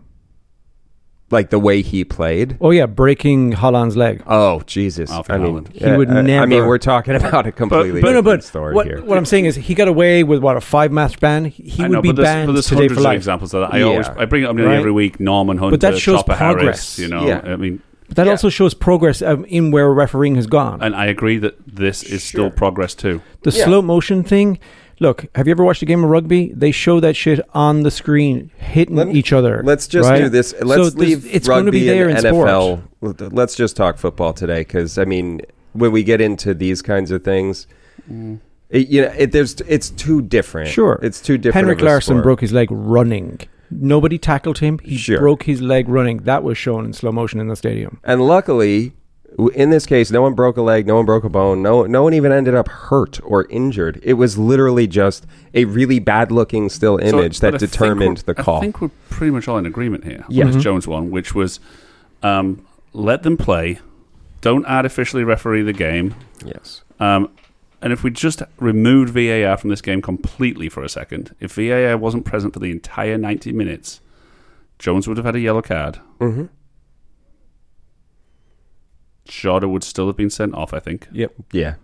A: like the way he played
C: Oh yeah, breaking Holland's leg.
A: Oh Jesus!
B: Alfred
A: I mean,
B: Holland.
C: He would
A: I- I mean,
C: never-
A: we're talking about a completely
B: but-
C: No, no,
A: different
C: but
A: story
C: what,
A: here.
C: what I'm saying is, he got away with what a five match ban. He
B: I
C: would
B: know,
C: be
B: but there's,
C: banned
B: but there's
C: today
B: hundreds
C: for
B: of
C: life.
B: examples of that. I
A: Yeah.
B: always I bring it up nearly
C: Right?
B: every week. Norman Hunter,
C: But that shows
B: Chopper Harris.
C: progress.
B: You know,
A: Yeah.
B: I mean,
C: But that
A: Yeah.
C: also shows progress um, in where refereeing has gone.
B: and I agree that this is still
A: Sure.
B: progress too.
C: the
A: yeah.
C: slow motion thing. Look, have you ever watched a game of rugby? They show that shit on the screen, hitting
A: Let me-
C: each other.
A: Let's just
C: right?
A: do this.
C: So
A: Let's
C: there's-
A: leave
C: It's
A: rugby
C: going to be there in
A: and
C: sport.
A: NFL. Let's just talk football today, because I mean, when we get into these kinds of things, it, you know, it, there's it's too different.
C: Mm. Sure,
A: it's too different.
C: Henrik
A: of a
C: Larsson
A: sport.
C: broke his leg running. Nobody tackled him. He
A: Sure.
C: broke his leg running. That was shown in slow motion in the stadium.
A: and luckily, w- in this case, no one broke a leg, no one broke a bone, no no one even ended up hurt or injured. It was literally just a really bad looking still
B: So-
A: image
B: but I
A: that
B: think
A: determined
B: we're-
A: the call.
B: I think we're pretty much all in agreement here.
A: Yeah. Mm-hmm.
B: On this Jones one, which was um, let them play, don't artificially referee the game.
A: yes.
B: Um, and if we just removed VAR from this game completely for a second, if VAR wasn't present for the entire 90 minutes, Jones would have had a yellow card.
A: Mhm.
B: Jota would still have been sent off, I think.
C: Yep,
A: Yeah.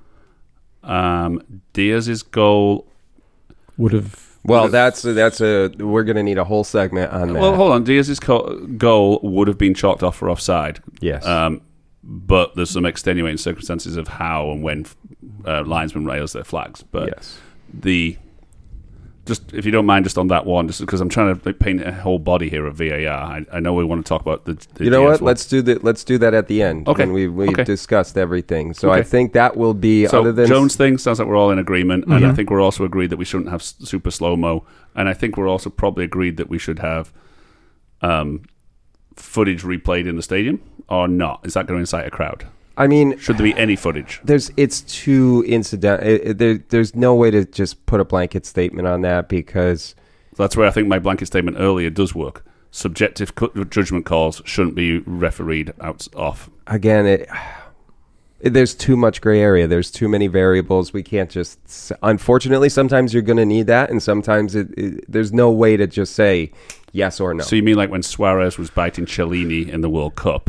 B: Um, Diaz's goal.
C: would have.
A: Well, that's that's a we're going to need a whole segment on that.
B: Well, hold on. Diaz's co- goal would have been chalked off for offside.
A: yes.
B: Um, but there's some extenuating circumstances of how and when uh, linesmen raise their flags. But
A: yes.
B: the just if you don't mind, just on that one, just because I'm trying to like, paint a whole body here of VAR. I, I know we want to talk about the. the
A: You know
B: DS
A: what?
B: one.
A: Let's do that. Let's do that at the end.
B: Okay.
A: When we we
B: Okay.
A: discussed everything, so I
B: Okay.
A: think that will be
B: So
A: other than Mm-hmm.
B: Jones thing sounds like we're all in agreement, and I think we're also agreed that we shouldn't have s- super slow mo, and I think we're also probably agreed that we should have um, footage replayed in the stadium or not. Is that going to incite a crowd?
A: I mean,
B: Should there be any footage?
A: there's it's too incidental. It, it- there, there's no way to just put a blanket statement on that because
B: That's where I think my blanket statement earlier does work. Subjective cu- judgment calls shouldn't be refereed out off.
A: again, it. There's too much gray area. There's too many variables. We can't just. s- Unfortunately, sometimes you're going to need that, and sometimes it, it, there's no way to just say yes or no.
B: So you mean like when Suarez was biting Cellini in the World Cup?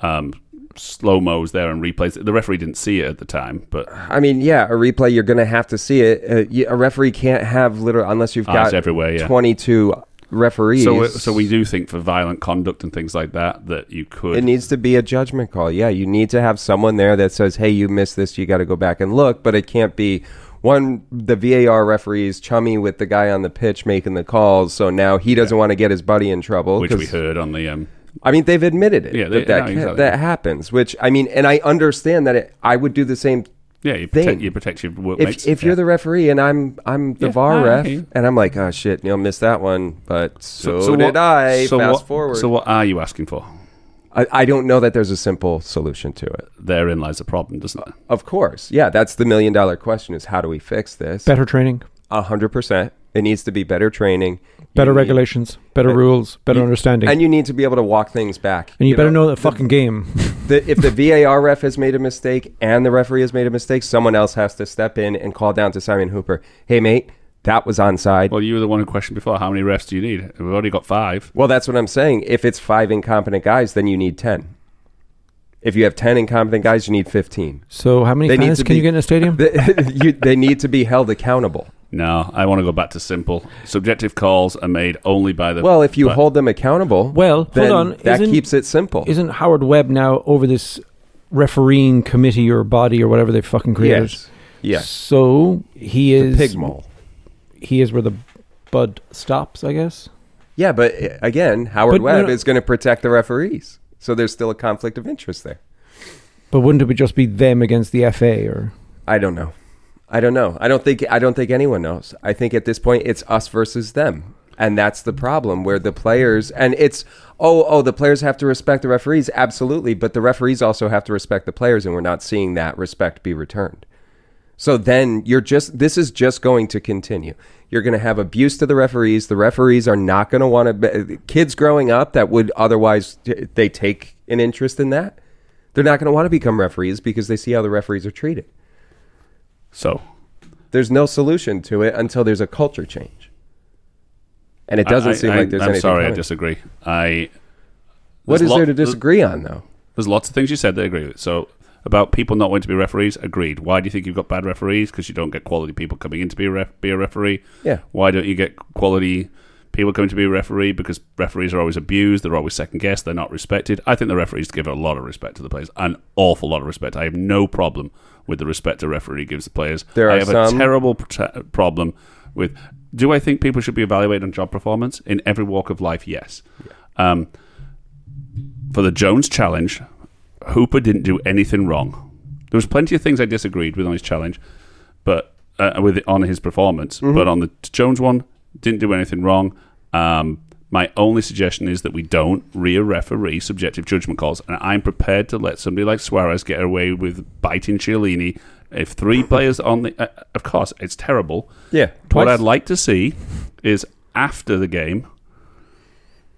B: Um, slow mo's there and replays. The referee didn't see it at the time, but
A: I mean, yeah, a replay you're going to have to see it. Uh, y- a referee can't have literal unless you've
B: Eyes
A: got
B: everywhere, yeah.
A: 22 referees.
B: so we- so we do think for violent conduct and things like that that you could.
A: it needs to be a judgment call. Yeah, you need to have someone there that says, "Hey, you missed this. You got to go back and look." But it can't be one the VAR referee is chummy with the guy on the pitch making the calls, so now he doesn't want to get his buddy in trouble.
B: which we
A: 'cause-
B: heard on the um,
A: I mean, they've admitted it.
B: Yeah,
A: that
B: they-
A: that,
B: no,
A: ca-
B: exactly.
A: that happens. Which I mean, and I understand that it, I would do the same
B: yeah you protect,
A: Thing.
B: you protect your workmates
A: if, if
B: Yeah.
A: you're the referee and I'm I'm the
B: Yeah,
A: VAR
B: I
A: ref
B: hear you.
A: and I'm like, oh shit, Neil missed that one, but so, did
B: what-
A: I.
B: so
A: Fast
B: what-
A: forward.
B: So what are you asking for?
A: I, I don't know that there's a simple solution to it.
B: Therein lies the problem, doesn't it?
A: Of course. Yeah, that's the million dollar question is how do we fix this?
C: Better training,
A: A hundred percent. It needs to be better training. You
C: better
A: need-
C: regulations, better rules, better understanding.
A: And
C: And,
A: you need to be able to walk things back.
C: you, better know, that fucking game.
A: the, if the VAR ref has made a mistake and the referee has made a mistake, someone else has to step in and call down to Simon Hooper. Hey, mate, that was onside.
B: Well, you were the one who questioned before. How many refs do you need? We've already got five.
A: Well, that's what I'm saying. If it's five incompetent guys, then you need 10. If you have 10 incompetent guys, you need 15.
C: So how many
A: They need
C: fans
A: to
C: can
A: be-
C: you get in a stadium?
A: They, you, they need to be held accountable.
B: No, I want to go back to simple. Subjective calls are made only by the.
A: Well, if you
B: but-
A: hold them accountable,
C: Well, hold
A: then
C: on,
A: that
C: isn't-
A: keeps it simple.
C: Isn't Howard Webb now over this refereeing committee or body or whatever they fucking created?
A: yes. Yes.
C: So he is
A: the pig mole.
C: He is where the bud stops, I guess.
A: Yeah, but uh, again, Howard
C: But no,
A: Webb
C: no.
A: is going to protect the referees. So there's still a conflict of interest there.
C: But wouldn't it be just be them against the FA or
A: I don't know. I don't know. I don't think I don't think anyone knows. I think at this point it's us versus them. And that's the problem where the players and it's oh oh the players have to respect the referees absolutely, but the referees also have to respect the players and we're not seeing that respect be returned. So then you're just this is just going to continue. You're going to have abuse to the referees. The referees are not going to want to kids growing up that would otherwise they take an interest in that. They're not going to want to become referees because they see how the referees are treated
B: so
A: there's no solution to it until there's a culture change. And it doesn't
B: I-
A: seem
B: I-
A: like there's
B: I'm
A: anything.
B: sorry,
A: coming.
B: I disagree. I
A: what
B: there's
A: is there
B: lot-
A: to disagree on, though?
B: There's lots of things you said that I agree with. So about people not wanting to be referees, agreed. Why do you think you've got bad referees? Because you don't get quality people coming in to be a ref- be a referee.
A: Yeah.
B: Why don't you get quality people coming to be a referee? Because referees are always abused. They're always second guessed. They're not respected. I think the referees give a lot of respect to the players, an awful lot of respect. I have no problem with the respect a referee gives the players.
A: There
B: I
A: are
B: have
A: some-
B: a terrible pr- problem with. Do I think people should be evaluated on job performance in every walk of life? Yes. Um, for the Jones challenge, Hooper didn't do anything wrong. There was plenty of things I disagreed with on his challenge, but uh, with on his performance. But on the Jones one, didn't do anything wrong. Um, my only suggestion is that we don't rear referee subjective judgment calls, and I'm prepared to let somebody like Suarez get away with biting Chiellini if three players on the. Uh, of course, it's terrible.
A: Yeah.
B: What
C: Twice.
B: I'd like to see is after the game,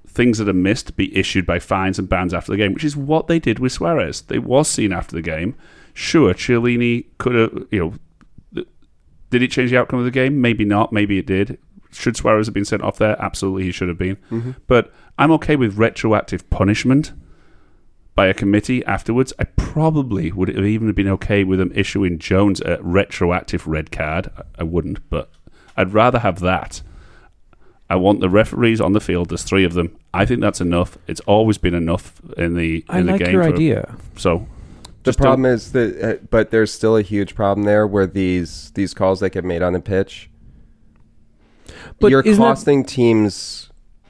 B: things that are missed be issued by fines and bans after the game, which is what they did with Suarez. They was seen after the game. Sure, Chiellini could have, you know, th- did it change the outcome of the game? Maybe not. Maybe it did. Should Suarez have been sent off there? Absolutely, he should have been. But I'm okay with retroactive punishment by a committee afterwards, I probably would have even been okay with them issuing Jones a retroactive red card. I- I wouldn't, but I'd rather have that. I want the referees on the field. There's three of them. I think that's enough. It's always been enough in the
C: I
B: in
C: like
B: the game.
C: your
B: for-
C: idea.
B: So
A: The
B: just
A: problem is that, uh, but there's still a huge problem there where these these calls that get made on the pitch,
C: But
A: you're
C: isn't that-
A: costing teams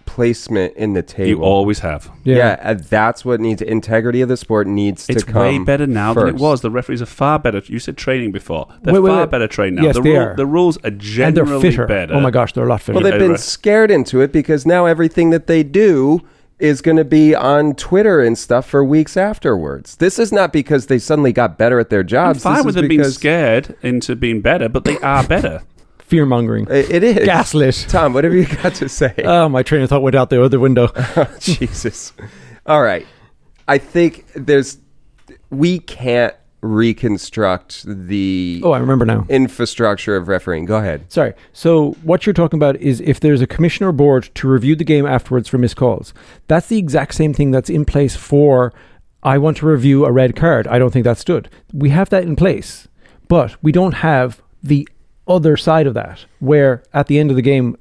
A: placement in the
B: don't-
A: table.
B: you always have.
A: yeah. and that's what needs integrity of the sport needs
B: It's
A: to come.
B: way better now than it
A: first.
B: was. The referees are far better. You said training before. They're
C: Wait, wait,
B: far
C: wait.
B: better trained now.
C: Yes,
B: the,
C: they are.
B: the rules are
C: and
B: generally
C: they're fitter.
B: better.
C: Oh my gosh, they're a lot fitter.
A: Well, they've
B: Yeah,
A: been
B: right.
A: scared into it because now everything that they do is going to be on Twitter and stuff for weeks afterwards. This is not because they suddenly got better at their
B: I'm
A: jobs.
B: fine
A: This
B: with
A: is
B: them being
A: because-
B: scared into being better, but they are better.
C: Fear mongering.
A: I- It is
C: Gaslit.
A: Tom, whatever you got to say.
B: Uh,
A: Oh,
C: Oh, my train of thought went out the other window.
A: Jesus. All right. I think there's we can't reconstruct the
C: Oh, I remember now.
A: infrastructure of refereeing. Go ahead.
C: Sorry. So what you're talking about is if there's a commissioner board to review the game afterwards for missed calls. That's the exact same thing that's in place for I want to review a red card. I don't think that's good. We have that in place, but we don't have the other side of that where at the end of the game,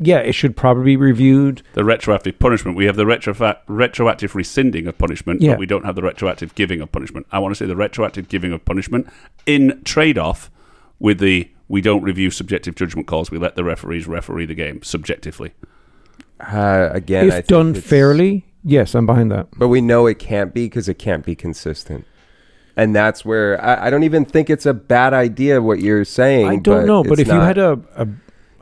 C: yeah, it should probably be reviewed.
B: the retroactive punishment. We have the retrofa- retroactive rescinding of punishment,
C: Yeah.
B: but we don't have the retroactive giving of punishment. I want to say the retroactive giving of punishment in trade off with the we don't review subjective judgment calls, we let the referees referee the game subjectively.
A: Uh, again, I
C: if
A: think
C: done
A: it's-
C: fairly, yes, I'm behind that.
A: but we know it can't be because it can't be consistent. And that's where I, I don't even think it's a bad idea what you're saying.
C: I don't know, but
A: it's
C: if you
A: not-
C: had a, a, a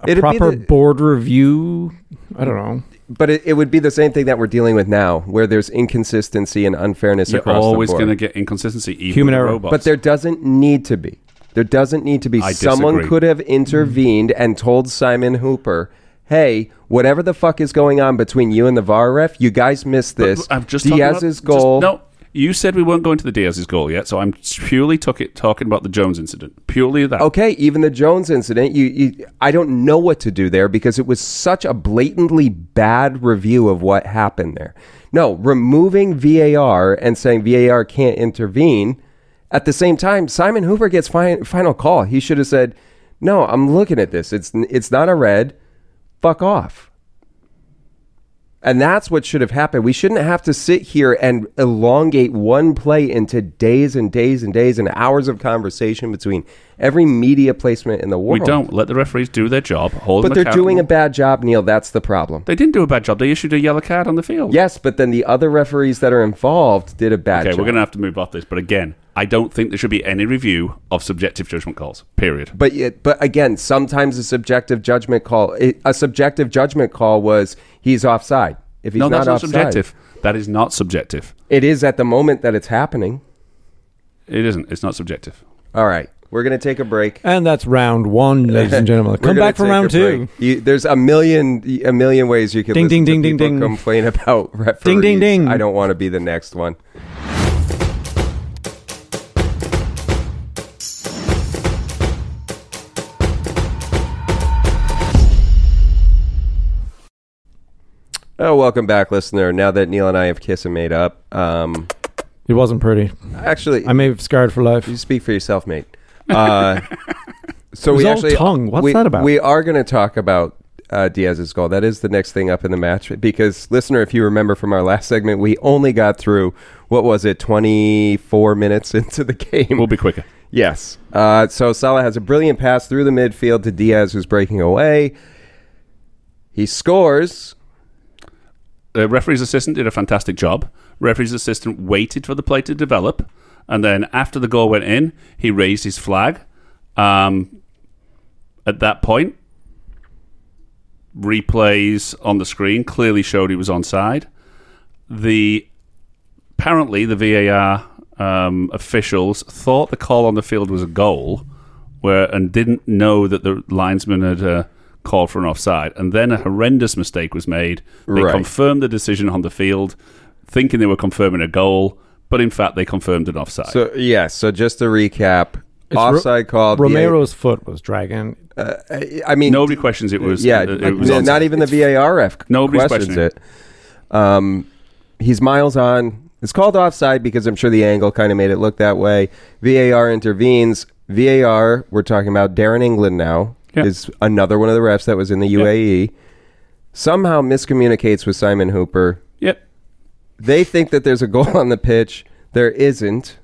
C: a
A: It'd be
C: proper
A: the-
C: board review. I don't know.
A: But it, it would be the same thing that we're dealing with now, where there's inconsistency and unfairness
B: You're
A: across
B: always
A: the board.
B: going to get inconsistency, even
C: Human
B: with
C: error.
B: robots.
A: But there doesn't need to be. There doesn't need to be.
B: I
A: Someone
B: disagree.
A: could have intervened and told Simon Hooper, "Hey, whatever the fuck is going on between you and the VAR ref, you guys missed
B: But
A: this.
B: I'm just talking about-
A: Diaz's
B: just-
A: goal.
B: no, you said we weren't going to the Diaz's goal yet, so I'm purely took it, talking about the Jones incident. Purely that.
A: Okay, even the Jones incident, you, you, I don't know what to do there because it was such a blatantly bad review of what happened there. No, removing VAR and saying VAR can't intervene. At the same time, Simon Hoover gets fi- final call. He should have said, "No, I'm looking at this. It's it's not a red. Fuck off." And that's what should have happened. We shouldn't have to sit here and elongate one play into days and days and days and hours of conversation between every media placement in the
B: We
A: world.
B: don't let the referees do their job. Hold
A: But
B: them
A: they're doing a
B: accountable.
A: bad job, Neil. That's the problem.
B: They didn't do a bad job. They issued a yellow card on the field.
A: Yes, but then the other referees that are involved did a bad
B: Okay,
A: job.
B: we're going to have to move off this. But again, I don't think there should be any review of subjective judgment calls. Period.
A: But it, but again, sometimes a subjective judgment call, it, a subjective judgment call was he's offside. If he's
B: no,
A: not
B: that's not
A: offside,
B: subjective. That is not subjective.
A: it is at the moment that it's happening.
B: It isn't. It's not subjective.
A: All right, we're going to take a break.
C: And that's round one, ladies and gentlemen.
A: We're
C: Come
A: gonna
C: back for
A: take
C: round
A: a break.
C: two.
A: You, there's a million, a million ways you could
C: Ding,
A: listen
C: ding,
A: to
C: ding, ding,
A: people
C: ding.
A: complain about referees.
C: Ding, ding, ding.
A: I don't want to be the next one. Oh, welcome back, listener. Now that Neil and I have kissed and made up, um,
C: It wasn't pretty.
A: actually,
C: I may have scarred for life.
A: you speak for yourself, mate. Uh, so
C: It was
A: we
C: all
A: actually
C: tongue. What's
A: we-
C: that about?
A: We are going to talk about uh, Diaz's goal. That is the next thing up in the match because listener, if you remember from our last segment, we only got through what was it, twenty four minutes into the game.
B: We'll be quicker.
A: Yes. Uh, so Salah has a brilliant pass through the midfield to Diaz, who's breaking away. He scores.
B: The uh, referee's assistant did a fantastic job. Referee's assistant waited for the play to develop, and then after the goal went in, he raised his flag. Um, at that point, replays on the screen clearly showed he was onside. The apparently the VAR um, officials thought the call on the field was a goal, where and didn't know that the linesman had. Uh, called for an offside and then a horrendous mistake was made they
A: Right.
B: confirmed the decision on the field thinking they were confirming a goal but in fact they confirmed an offside
A: So yes. so just to recap,
C: It's Ro-
A: offside call.
C: Romero's foot was dragging.
A: I, I mean,
B: nobody questions it was uh,
A: yeah,
B: it was
A: n-
B: onside.
A: not even the VARF
B: Nobody's
A: questions
B: questioning.
A: it. Um, he's miles on. It's called offside because I'm sure the angle kind of made it look that way. VAR intervenes. VAR, we're talking about Darren England now,
B: Yeah.
A: is another one of the refs that was in the UAE. Somehow miscommunicates with Simon Hooper.
B: yep
A: They think that there's a goal on the pitch. There isn't.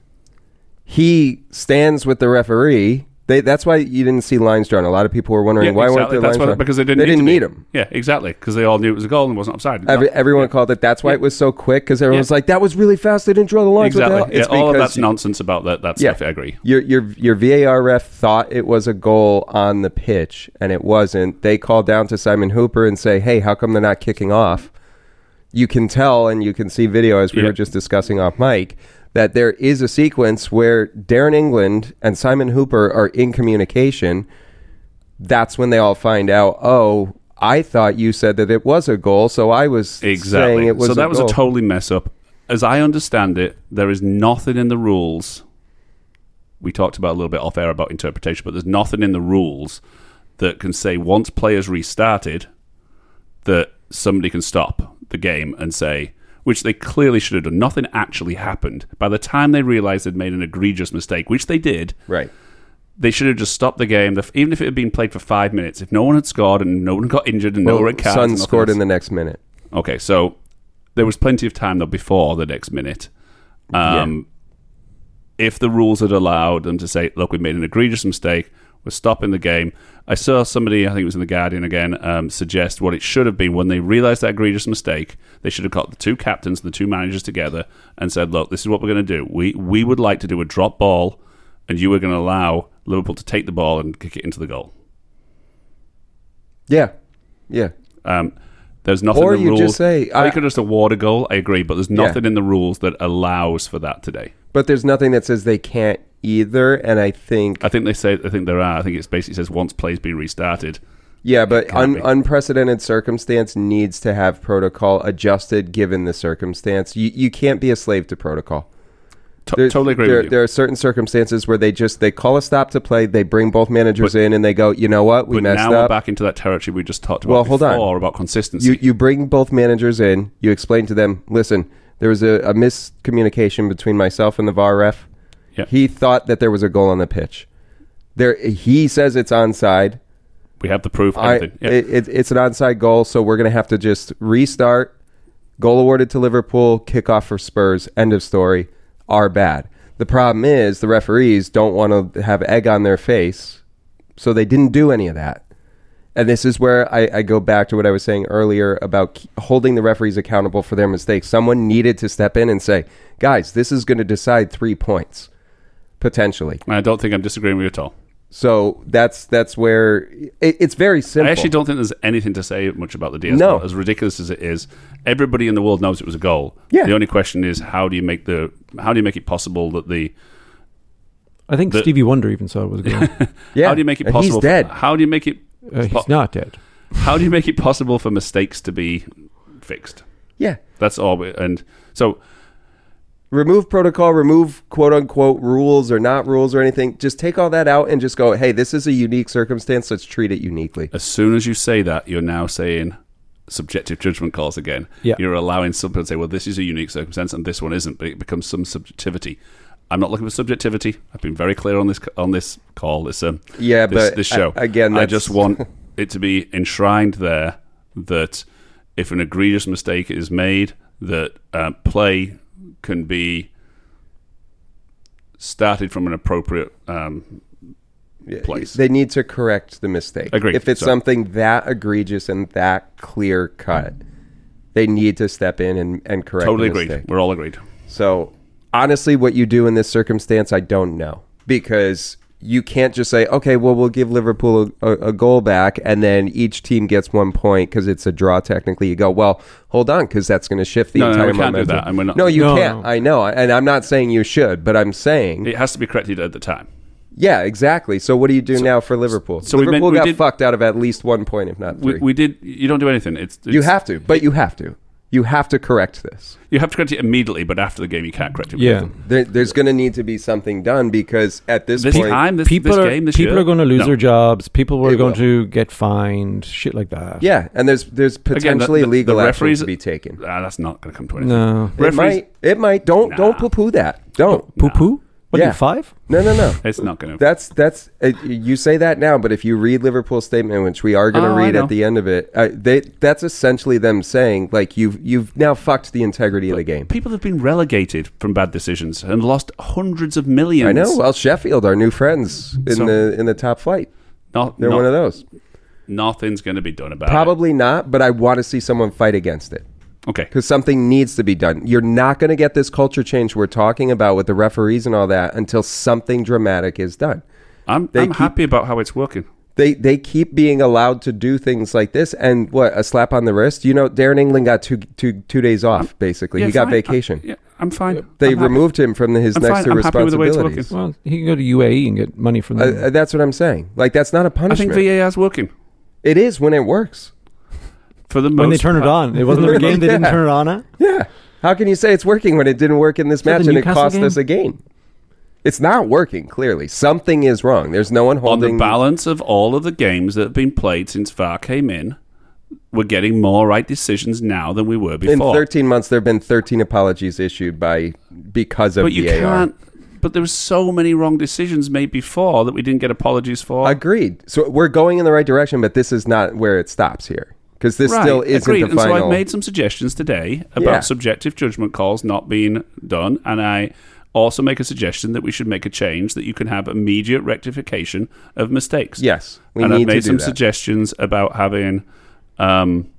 A: He stands with the referee. They, that's why you didn't see lines drawn. A lot of people were wondering
B: Yeah,
A: why
B: exactly.
A: weren't there
B: That's
A: lines
B: what-
A: drawn?
B: because they didn't
A: They
B: need
A: didn't
B: to be.
A: need them.
B: Yeah, exactly. Because they all knew it was a goal and wasn't offside.
A: Every,
B: No.
A: everyone called it. That's why it was so quick because everyone was like, "That was really fast. They didn't draw the lines." What the hell?"
B: exactly. Yeah, all of
A: because
B: that's nonsense about that. That
A: Yeah.
B: stuff. I agree.
A: Your your your VAR ref thought it was a goal on the pitch and it wasn't. They call down to Simon Hooper and say, "Hey, how come they're not kicking off?" You can tell and you can see video as we
B: Yeah.
A: were just discussing off mic that there is a sequence where Darren England and Simon Hooper are in communication. That's when they all find out. Oh. I thought you said that it was a goal, so I was
B: Exactly.
A: saying it was.
B: so that
A: a
B: was
A: goal.
B: a totally mess up. As I understand it, there is nothing in the rules. We talked about a little bit off air about interpretation, but there's nothing in the rules that can say once players restarted that somebody can stop the game and say, which they clearly should have done. Nothing actually happened. By the time they realized they'd made an egregious mistake, which they did,
A: right.
B: they should have just stopped the game. The- Even if it had been played for five minutes, if no one had scored and no one got injured and no
A: Well,
B: red cards, and
A: Sun
B: nothing
A: scored
B: else-
A: in the next minute.
B: okay, so there was plenty of time though before the next minute. Um, If the rules had allowed them to say, "Look, we made an egregious mistake. We're stopping the game," I saw somebody, I think it was in the Guardian again, um, suggest what it should have been when they realised that egregious mistake. They should have got the two captains and the two managers together and said, "Look, this is what we're going to do. We we would like to do a drop ball, and you were going to allow Liverpool to take the ball and kick it into the goal."
A: Yeah. Yeah.
B: Um, there's nothing
A: Or
B: in the
A: you
B: rules.
A: just say,
B: or
A: I-
B: you could just award a goal. I agree, but there's
A: Yeah.
B: nothing in the rules that allows for that today.
A: But there's nothing that says they can't either. And I think,
B: I think they say. I think there are. I think it's basically says once plays be restarted.
A: yeah, but
B: can't
A: un-
B: be.
A: unprecedented circumstance needs to have protocol adjusted given the circumstance. You, you can't be a slave to protocol.
B: To-
A: There-
B: totally agree
A: there,
B: with you.
A: There are certain circumstances where they just they call a stop to play. They bring both managers in and they go, you know what, we
B: but
A: messed
B: now we're
A: up.
B: back into that territory we just talked about
A: Well, hold on.
B: before about consistency.
A: You you bring both managers in. You explain to them. Listen, there was a, a miscommunication between myself and the VAR ref.
B: Yeah.
A: He thought that there was a goal on the pitch. There, he says it's onside.
B: we have the proof.
A: I,
B: everything. Yeah.
A: it, it, it's an onside goal, so we're going to have to just restart. Goal awarded to Liverpool, kickoff for Spurs. End of story. Are bad. The problem is the referees don't want to have egg on their face, so they didn't do any of that. And this is where I, I go back to what I was saying earlier about k- holding the referees accountable for their mistakes. Someone needed to step in and say, guys, this is going to decide three points, potentially.
B: And I don't think I'm disagreeing with you at all.
A: So that's that's where it, it's very simple.
B: I actually don't think there's anything to say much about the DSL.
A: No.
B: As ridiculous as it is, everybody in the world knows it was a goal.
A: Yeah.
B: The only question is how do you make the how do you make it possible that the
C: I think
B: The-
C: Stevie Wonder even saw it was a goal.
A: Yeah.
B: how do you make it
A: And
B: possible
A: He's dead.
B: how do you make it
C: Uh,
B: po-
C: he's not dead.
B: how do you make it possible for mistakes to be fixed?
A: Yeah.
B: That's all we, and so
A: Remove protocol, remove quote unquote rules or not rules or anything. Just take all that out and just go, hey, this is a unique circumstance. Let's treat it uniquely.
B: as soon as you say that, you're now saying subjective judgment calls again.
C: Yeah.
B: You're allowing some people to say, well, this is a unique circumstance and this one isn't, but it becomes some subjectivity. I'm not looking for subjectivity. I've been very clear on this on this call, this um,
A: Yeah,
B: this,
A: but
B: this show.
A: a- again,
B: I
A: that's-
B: just want it to be enshrined there that if an egregious mistake is made, that uh, play can be started from an appropriate um, place.
A: They need to correct the mistake.
B: Agreed.
A: If it's
B: So-
A: something that egregious and that clear cut, they need to step in and, and correct
B: Totally
A: the
B: agreed.
A: mistake.
B: We're all agreed.
A: So honestly, what you do in this circumstance, I don't know because you can't just say, okay, well, we'll give Liverpool a, a, a goal back, and then each team gets one point because it's a draw. Technically, you go, well, hold on, because that's going to shift the
B: No, no,
A: entire
B: we can't do
A: momentum.
B: that, and we're not-
A: no, you
C: No,
A: can't.
C: no.
A: I know, and I'm not saying you should, but I'm saying,
B: It has to be corrected at the time.
A: yeah, exactly. So what do you do now for Liverpool?
B: so we meant-
A: Liverpool
B: we
A: got
B: did-
A: fucked out of at least one point, if not three.
B: We, we did. You don't do anything. It's, it's
A: you have to, but you have to. You have to correct this.
B: you have to correct it immediately, but after the game you can't correct it.
C: Yeah.
A: There, there's going to need to be something done because at this,
B: This
A: point,
B: time, this,
C: people
B: this
C: are,
B: game, this
C: people
B: year?
C: are going to lose
B: No.
C: their jobs. People are
A: They
C: going
A: will.
C: to get fined. Shit like that.
A: Yeah, and there's there's potentially
B: the- the
A: legal action
B: referees-
A: to be taken.
B: Ah, that's not going to come to anything.
C: No.
A: It
B: Referees-
A: might. It might. Don't
B: Nah.
A: don't poo poo that. Don't.
C: Poo poo. What are
A: Yeah.
C: you five?
A: No no no.
B: It's not going to.
A: That's that's uh, you say that now, but if you read Liverpool's statement, which we are going to
B: Oh, I
A: read
B: know.
A: at the end of it, uh, they that's essentially them saying like you've you've now fucked the integrity of the game.
B: People have been relegated from bad decisions and lost hundreds of millions.
A: I know. Well, Sheffield, our new friends in
B: So- Uh,
A: the in the top flight,
B: Not,
A: they're
B: not-
A: one of those.
B: Nothing's going to be done about
A: Probably not, but I want to see someone fight against it.
B: it. Okay.
A: because something needs to be done. You're not going to get this culture change we're talking about with the referees and all that until something dramatic is done.
B: I'm,
A: they
B: I'm
A: keep-
B: happy about how it's working.
A: They they keep being allowed to do things like this, and what a slap on the wrist. You know, Darren England got two two two days off basically.
B: Yeah,
A: he got
B: fine.
A: vacation.
B: I, yeah, I'm fine.
A: they
B: I'm happy.
A: removed him from the, his
B: I'm
A: next
B: fine.
A: to
B: I'm happy with the way it's working.
A: responsibilities.
C: Well, he can go to UAE and get money from them.
A: Uh, uh, that's what I'm saying. Like that's not a
B: I think
A: punishment.
B: VAR's working
A: it is when it works.
B: for the
C: when they
B: most
C: turn it
B: part.
C: on, it wasn't every game they didn't
A: Yeah.
C: turn it on. At.
A: Yeah. How can you say it's working when it didn't work in this
C: that
A: match
C: the
A: and it
C: Newcastle
A: cost us a game? It's not working. Clearly, something is wrong. There's no one
B: on
A: holding
B: the balance of all of the games that have been played since VAR came in, we're getting more right decisions now than we were
A: in
B: before.
A: 13 months there have been 13 apologies issued by because of
B: but you
A: VAR.
B: can't. But there were so many wrong decisions made before that we didn't get apologies for.
A: agreed so we're going in the right direction but this is not where it stops here because this
B: Right,
A: still isn't
B: agreed.
A: the final
B: And so I've made some suggestions today about
A: Yeah.
B: subjective judgment calls not being done, and I also make a suggestion that we should make a change that you can have immediate rectification of mistakes.
A: yes we
B: and
A: need
B: I've made
A: to do
B: some
A: that
B: suggestions about having um,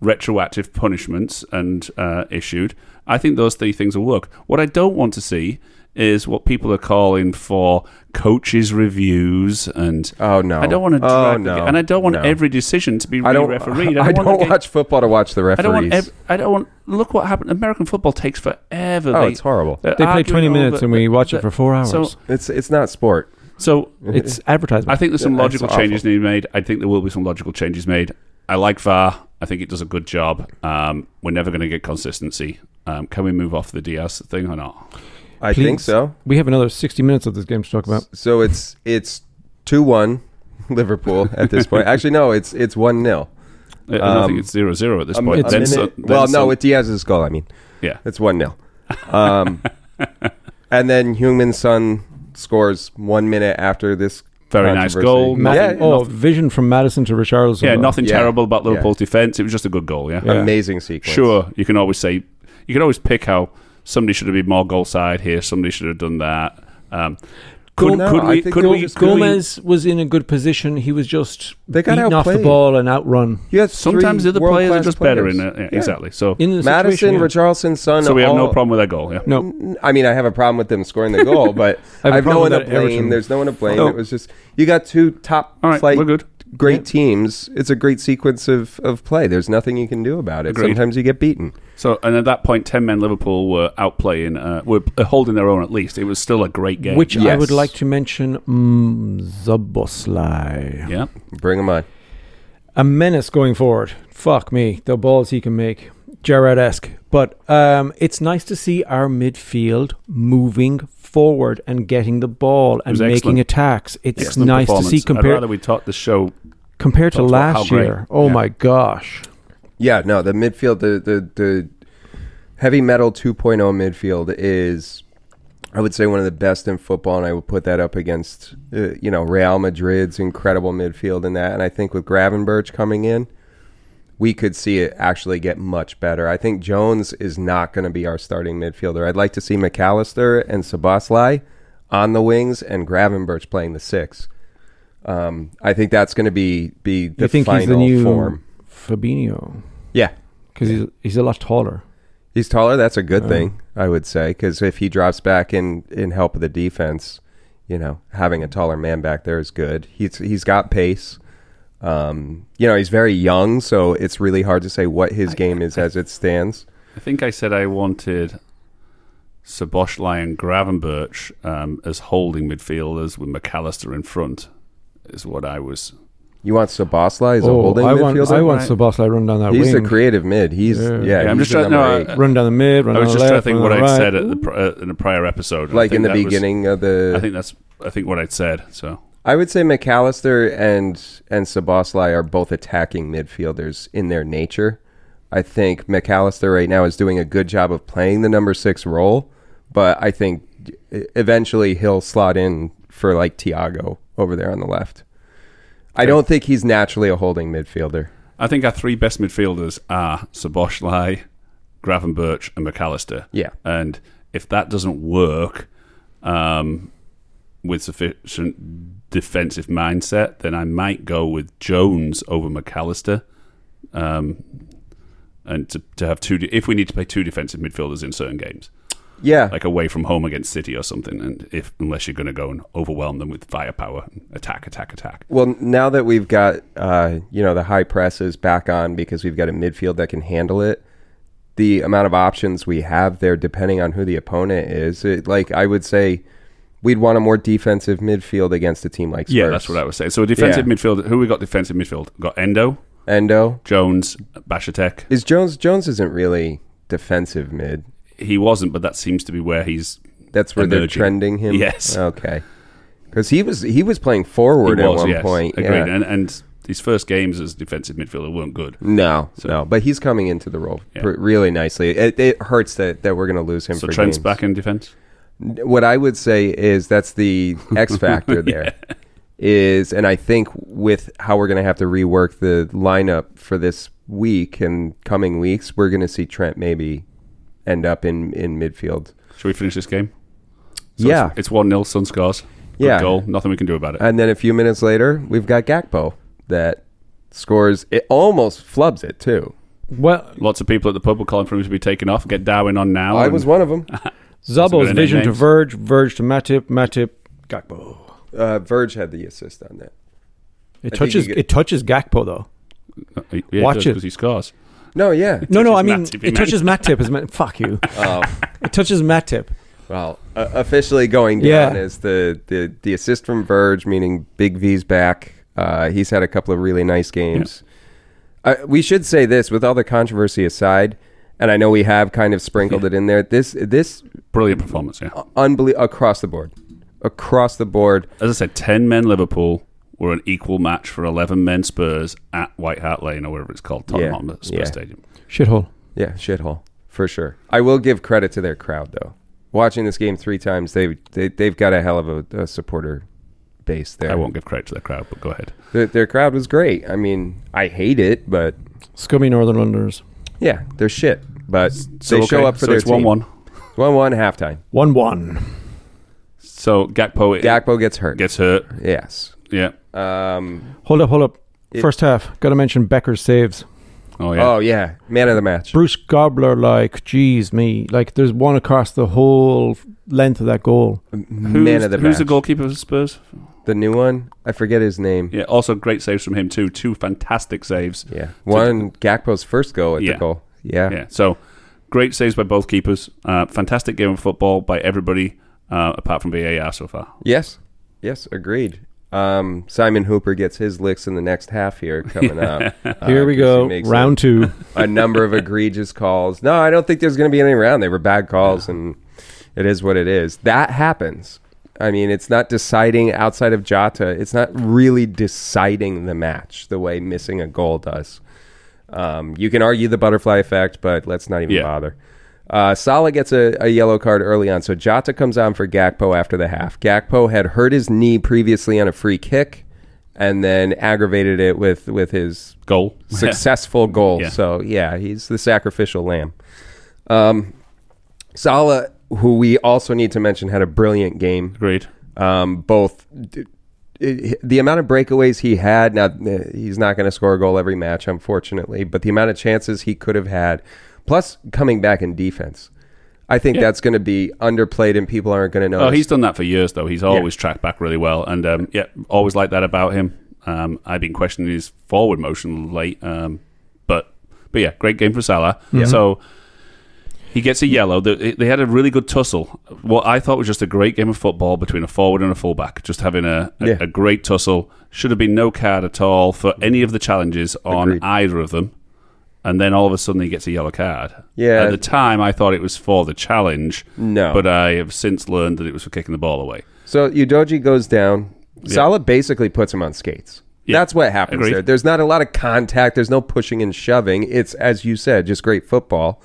B: retroactive punishments and uh, issued. I think those three things will work. What I don't want to see is what people are calling for coaches' reviews, and
A: Oh no!
B: I don't want to drag,
A: Oh
B: the
A: no!
B: ga- and I don't want
A: no.
B: every decision to be
A: I don't.
B: refereed.
A: I don't,
B: want the ga-
A: watch football to watch the referees.
B: I don't want. Ev- I don't want. Look what happened. American football takes forever.
A: oh,
B: they
A: it's horrible.
B: they're
C: They play 20
B: arguing
C: minutes
B: over-
C: and we watch
B: the-
C: it for four hours.
B: so-
A: It's it's not sport.
B: So
C: it's advertisement.
B: I think there's some
A: Yeah,
B: logical
A: it's awful.
B: changes need to be made. I think there will be some logical changes made. I like VAR. I think it does a good job. Um, we're never going to get consistency. Um, can we move off the Diaz thing or not?
A: I
C: Please.
A: think so.
C: we have another 60 minutes of this game to talk about.
A: So it's it's two one Liverpool at this point. Actually, no, it's it's one 0
B: I, I don't think
A: Um,
B: it's zero zero at this
A: A mi-
B: point.
A: a
B: Then
A: minute-
B: so- then
A: well,
B: so-
A: no, with Diaz's goal, I mean,
B: yeah.
A: it's one 0 um, And then Human Son scores one minute after this.
B: Very nice
A: controversy.
B: goal.
A: Ma-
C: Nothing,
A: yeah,
C: oh, vision from Madison to Richarlison.
B: Yeah, nothing
A: Yeah.
B: terrible about
A: Yeah.
B: Liverpool's defense. It was just a good goal. Yeah.
C: Yeah.
A: Amazing sequence.
B: Sure, you can always say you can always pick how somebody should have been more goal side here. Somebody should have done that. Um, could,
A: No,
B: could
A: I
B: we?
A: think
B: Could
A: it
B: we?
A: was-
B: could we-
C: Gomez was in a good position. He was just
A: They got
C: beaten off the
A: outplayed.
C: ball and outrun.
A: You had
B: Sometimes the
A: three
B: other players are
A: world-class
B: just better in
A: players.
B: it. Yeah,
A: Yeah.
B: Exactly. So
C: In the
A: Madison,
C: situation, yeah.
A: Richarlson, Son.
B: so we have no
A: all-
B: problem with that goal. Yeah.
C: No,
A: I mean, I have a problem with them scoring the goal, but
C: I
A: I
C: have a
A: have no
C: problem
A: one to
C: with that
A: blame.
C: Everton.
A: There's no one to blame.
B: No.
A: It was just you got two top
B: Oh. All right,
A: flight,
B: we're good.
A: great
C: Yeah.
A: teams. It's a great sequence of, of play. There's nothing you can do about it.
B: Agreed.
A: Sometimes you get beaten.
B: So and at that point, ten men Liverpool were outplaying, uh, were holding their own. At least it was still a great game.
C: which I
A: Yes.
C: would like to mention, mm, Zaboslai.
B: yeah,
A: Bring them on.
C: a menace going forward. Fuck me, the balls he can make, Gerrard esque. But um, it's nice to see our midfield moving forward and getting the ball and
B: was
C: making
B: excellent.
C: attacks. It's
B: Excellent
C: nice to
B: performance.
C: see
B: I'd
C: compared
B: rather we talked the show.
C: compared to
B: talk about how
C: last
B: great.
C: year. Oh
B: Yeah.
C: my gosh!
A: Yeah, no, the midfield, the the, the heavy metal 2.0 midfield is, I would say, one of the best in football, and I would put that up against, uh, you know, Real Madrid's incredible midfield in that. And I think with Gravenberch coming in, we could see it actually get much better. I think Jones is not going to be our starting midfielder. I'd like to see McAllister and Sabaslai on the wings and Gravenberch playing the six. Um, I think that's going to be be the
C: you think
A: final
C: he's the new
A: form.
C: Fabinho
A: Yeah,
C: because he's he's a lot taller.
A: He's taller. That's a good
C: Oh.
A: thing, I would say, because if he drops back in in help of the defense, you know, having a taller man back there is good. He's he's got pace. Um, you know, he's very young, so it's really hard to say what his game is as it stands.
B: I think I said I wanted Saboshly and Gravenberch um, as holding midfielders with McAllister in front. Is what I was.
A: You want Sabasla? He's a
C: oh,
A: holding
C: I want
A: midfielder.
C: I want
B: Right.
C: Szoboszlai run down that
A: he's
C: wing,
A: a creative mid. He's
C: Yeah.
A: yeah.
C: Yeah,
B: I'm
A: he's the
B: just trying- no, uh,
A: number
B: I-
A: eight.
C: run down the mid, run
B: I was
C: down
B: just
C: the
B: trying to
C: left,
B: think
C: run
B: what
C: down
B: I'd
C: the right.
B: said at the, pr- uh, in a prior episode. I
A: like in
B: think
A: the
B: that was-
A: beginning of the.
B: I think that's. I think what I'd said. So
A: I would say McAllister and and Saboslai are both attacking midfielders in their nature. I think McAllister right now is doing a good job of playing the number six role, but I think eventually he'll slot in for like Tiago over there on the left. I don't think he's naturally a holding midfielder.
B: I think our three best midfielders are Saboshly, Gravenberch, and McAllister.
A: Yeah.
B: And if that doesn't work um, with sufficient defensive mindset, then I might go with Jones over McAllister. Um, and to, to have two, de- if we need to play two defensive midfielders in certain games,
A: Yeah.
B: like away from home against City or something, and if unless you're going to go and overwhelm them with firepower, attack, attack, attack.
A: Well, now that we've got uh, you know the high presses back on because we've got a midfield that can handle it, the amount of options we have there, depending on who the opponent is, it, like I would say, we'd want a more defensive midfield against a team like Spurs.
B: Yeah, that's what I was saying. So a defensive
A: Yeah.
B: midfield. Who we got defensive midfield? Got Endo,
A: Endo
B: Jones, Bashatek.
A: oh, is Jones. Jones isn't really defensive mid.
B: He wasn't, but that seems to be where he's.
A: That's where they're
B: Emerging.
A: trending him.
B: Yes.
A: Okay. Because he was he was playing
B: He
A: forward at
B: was,
A: one
B: yes,
A: point.
B: agreed.
A: Yeah.
B: And, and his first games as defensive midfielder weren't good.
A: No,
B: So-
A: no, but he's coming into the role
B: Yeah.
A: pr- really nicely. It, it hurts that, that we're going to lose him
B: So
A: for
B: Trent's
A: games.
B: back in defense.
A: what I would say is that's the X factor there is, and I think with how we're going to have to rework the lineup for this week and coming weeks, we're going to see Trent maybe end up in in midfield.
B: Should we finish this game?
A: Yeah.
B: it's- it's one 0 Sun scores. Good
A: Yeah.
B: goal. Nothing we can do about it.
A: And then a few minutes later, we've got Gakpo that scores. It almost flubs it too.
C: Well,
B: Lots of people at the pub were calling for him to be taken off. Get Darwin on now.
A: I
B: and
A: was one of them.
B: got
C: Zabo's
B: any
C: vision to
B: names?
C: Verge, Verge to Matip, Matip, Gakpo.
A: Uh, Verge had the assist on that.
C: It
A: I think
C: touches
A: you get-
C: it touches Gakpo though.
B: Uh, he- yeah,
C: Watch it.
B: because he scores.
A: No, yeah.
C: No, no, I
B: touches
C: mean
B: Matip, he
C: it
B: meant.
C: touches Matip. Is meant, fuck you.
A: Oh,
C: It touches Matip.
A: well, uh, officially going down
C: Yeah.
A: is the, the the assist from Verge, meaning Big V's back. Uh, he's had a couple of really nice games. Uh, we should say this, with all the controversy aside, and I know we have kind of sprinkled it in there. This this
B: Brilliant performance. Yeah,
A: unbelie- across the board, across the board.
B: as I said, ten men Liverpool were an equal match for eleven men Spurs at White Hart Lane or wherever it's called, Tottenham
A: Yeah.
B: Hotspur
A: Yeah.
B: Spurs Stadium.
C: Shithole.
A: Yeah, shithole for sure. I will give credit to their crowd though. Watching this game three times, they, they they've got a hell of a, a supporter base there.
B: I won't give credit to the crowd, but go ahead.
A: Their, their crowd was great. I mean, I hate it, but
C: Scummy Northern Londers.
A: yeah, they're shit. But
B: So,
A: they
B: okay,
A: show up for
B: so
A: their
B: it's one one.
A: one one halftime.
C: One one.
B: So Gakpo
A: Gakpo gets hurt.
B: gets hurt.
A: yes.
B: Yeah.
A: Um.
C: Hold up, hold up.
A: It-
C: First half. Got to mention Becker's saves.
B: Oh yeah.
A: Oh yeah, man of the match.
C: Bruce Gobbler, like, geez me, like, there's one across the whole length of that goal.
B: Who's,
A: man of the
B: who's
A: match.
B: the goalkeeper for Spurs?
A: The new one. I forget his name.
B: Yeah, also great saves from him too. Two fantastic saves.
A: Yeah. One Gakpo's first goal at
B: Yeah.
A: the goal. Yeah.
B: Yeah, so great saves by both keepers. Uh, fantastic game of football by everybody uh, apart from VAR so far.
A: Yes. Yes. Agreed. Um, Simon Hooper gets his licks in the next half here coming up. Uh,
C: Here we
A: 'cause he
C: go.
A: makes
C: Round two.
A: a, a number of egregious calls. No, I don't think there's going to be any round. They were bad calls, and it is what it is. That happens. I mean, it's not deciding outside of Jota. It's not really deciding the match the way missing a goal does. Um, you can argue the butterfly effect, but let's not even
B: Yeah.
A: bother. Uh, Salah gets a, a yellow card early on, so Jota comes on for Gakpo after the half. Gakpo had hurt his knee previously on a free kick, and then aggravated it with with his
B: Goal.
A: successful goal.
B: Yeah.
A: So yeah, he's the sacrificial lamb. Um, Salah, who we also need to mention, had a brilliant game.
B: Agreed.
A: Um, both d- it- the amount of breakaways he had. Now eh, he's not going to score a goal every match, unfortunately, but the amount of chances he could have had, plus coming back in defense. I think that's going to be underplayed and people aren't going to know.
B: Oh, he's done that for years though. He's always tracked back really well, and um, yeah, always like that about him. Um, I've been questioning his forward motion late, um, but but yeah, great game for Salah. So he gets a yellow. They, they had a really good tussle. What I thought was just a great game of football between a forward and a fullback, just having a a,
A: Yeah.
B: a great tussle. Should have been no card at all for any of the challenges on
A: Agreed.
B: either of them. And then all of a sudden he gets a yellow card.
A: Yeah.
B: At the time, I thought it was for the challenge.
A: No.
B: But I have since learned that it was for kicking the ball away.
A: So Udoji goes down. Salah basically puts him on skates.
B: Yeah.
A: That's what happens
B: Agreed.
A: there. There's not a lot of contact. There's no pushing and shoving. It's as you said, just great football.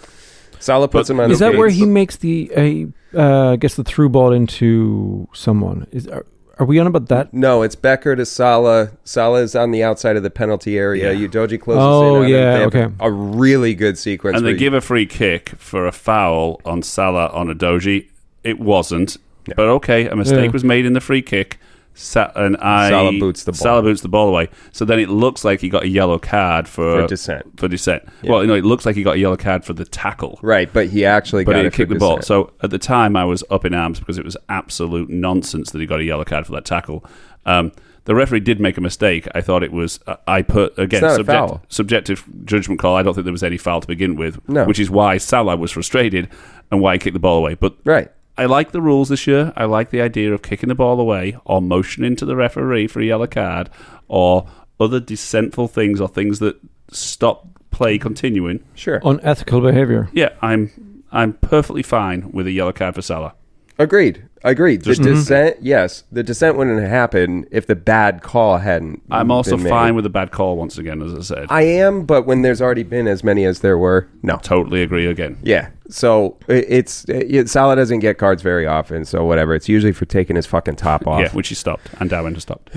A: Salah puts
B: But-
A: him on.
C: Is that
A: skates.
C: where he makes the, uh, uh, gets the through ball into someone? Is Are, are we on about that?
A: No, it's Becker to Salah. Salah is on the outside of the penalty area.
B: Yeah.
A: Udoji closes
C: Oh,
A: in. on him.
C: yeah,
A: They have
C: okay.
A: A really good sequence.
B: and they
A: where
B: give a free kick for a foul on Salah on a doji. It wasn't. But okay, a mistake
C: Yeah.
B: was made in the free kick. Sa- and I
A: Salah boots the ball.
B: Salah boots the ball away. So then it looks like he got a yellow card for
A: For dissent.
B: For dissent. Well, you know, it looks like he got a yellow card for the tackle.
A: right, but he actually
B: But
A: got
B: he
A: it for
B: kicked the ball.
A: dissent.
B: So at the time, I was up in arms because it was absolute nonsense that he got a yellow card for that tackle. Um, the referee did make a mistake. I thought it was uh, I put again
A: not a foul.
B: subjective judgment call. I don't think there was any foul to begin with,
A: No.
B: which is why Salah was frustrated and why he kicked the ball away. But
A: right.
B: I like the rules this year. I like the idea of kicking the ball away or motioning to the referee for a yellow card or other dissentful things or things that stop play continuing.
A: Sure.
C: Unethical behavior.
B: Yeah, I'm I'm perfectly fine with a yellow card for Salah.
A: Agreed. Agreed. The dissent, yes, the dissent wouldn't have happened if the bad call hadn't.
B: I'm also
A: been made.
B: fine with a bad call once again, as I said.
A: I am, but when there's already been as many as there were, no.
B: totally agree again.
A: Yeah. So i- it's it, Salah doesn't get cards very often, so whatever. It's usually for taking his fucking top off.
B: Yeah, which he stopped and Darwin just stopped.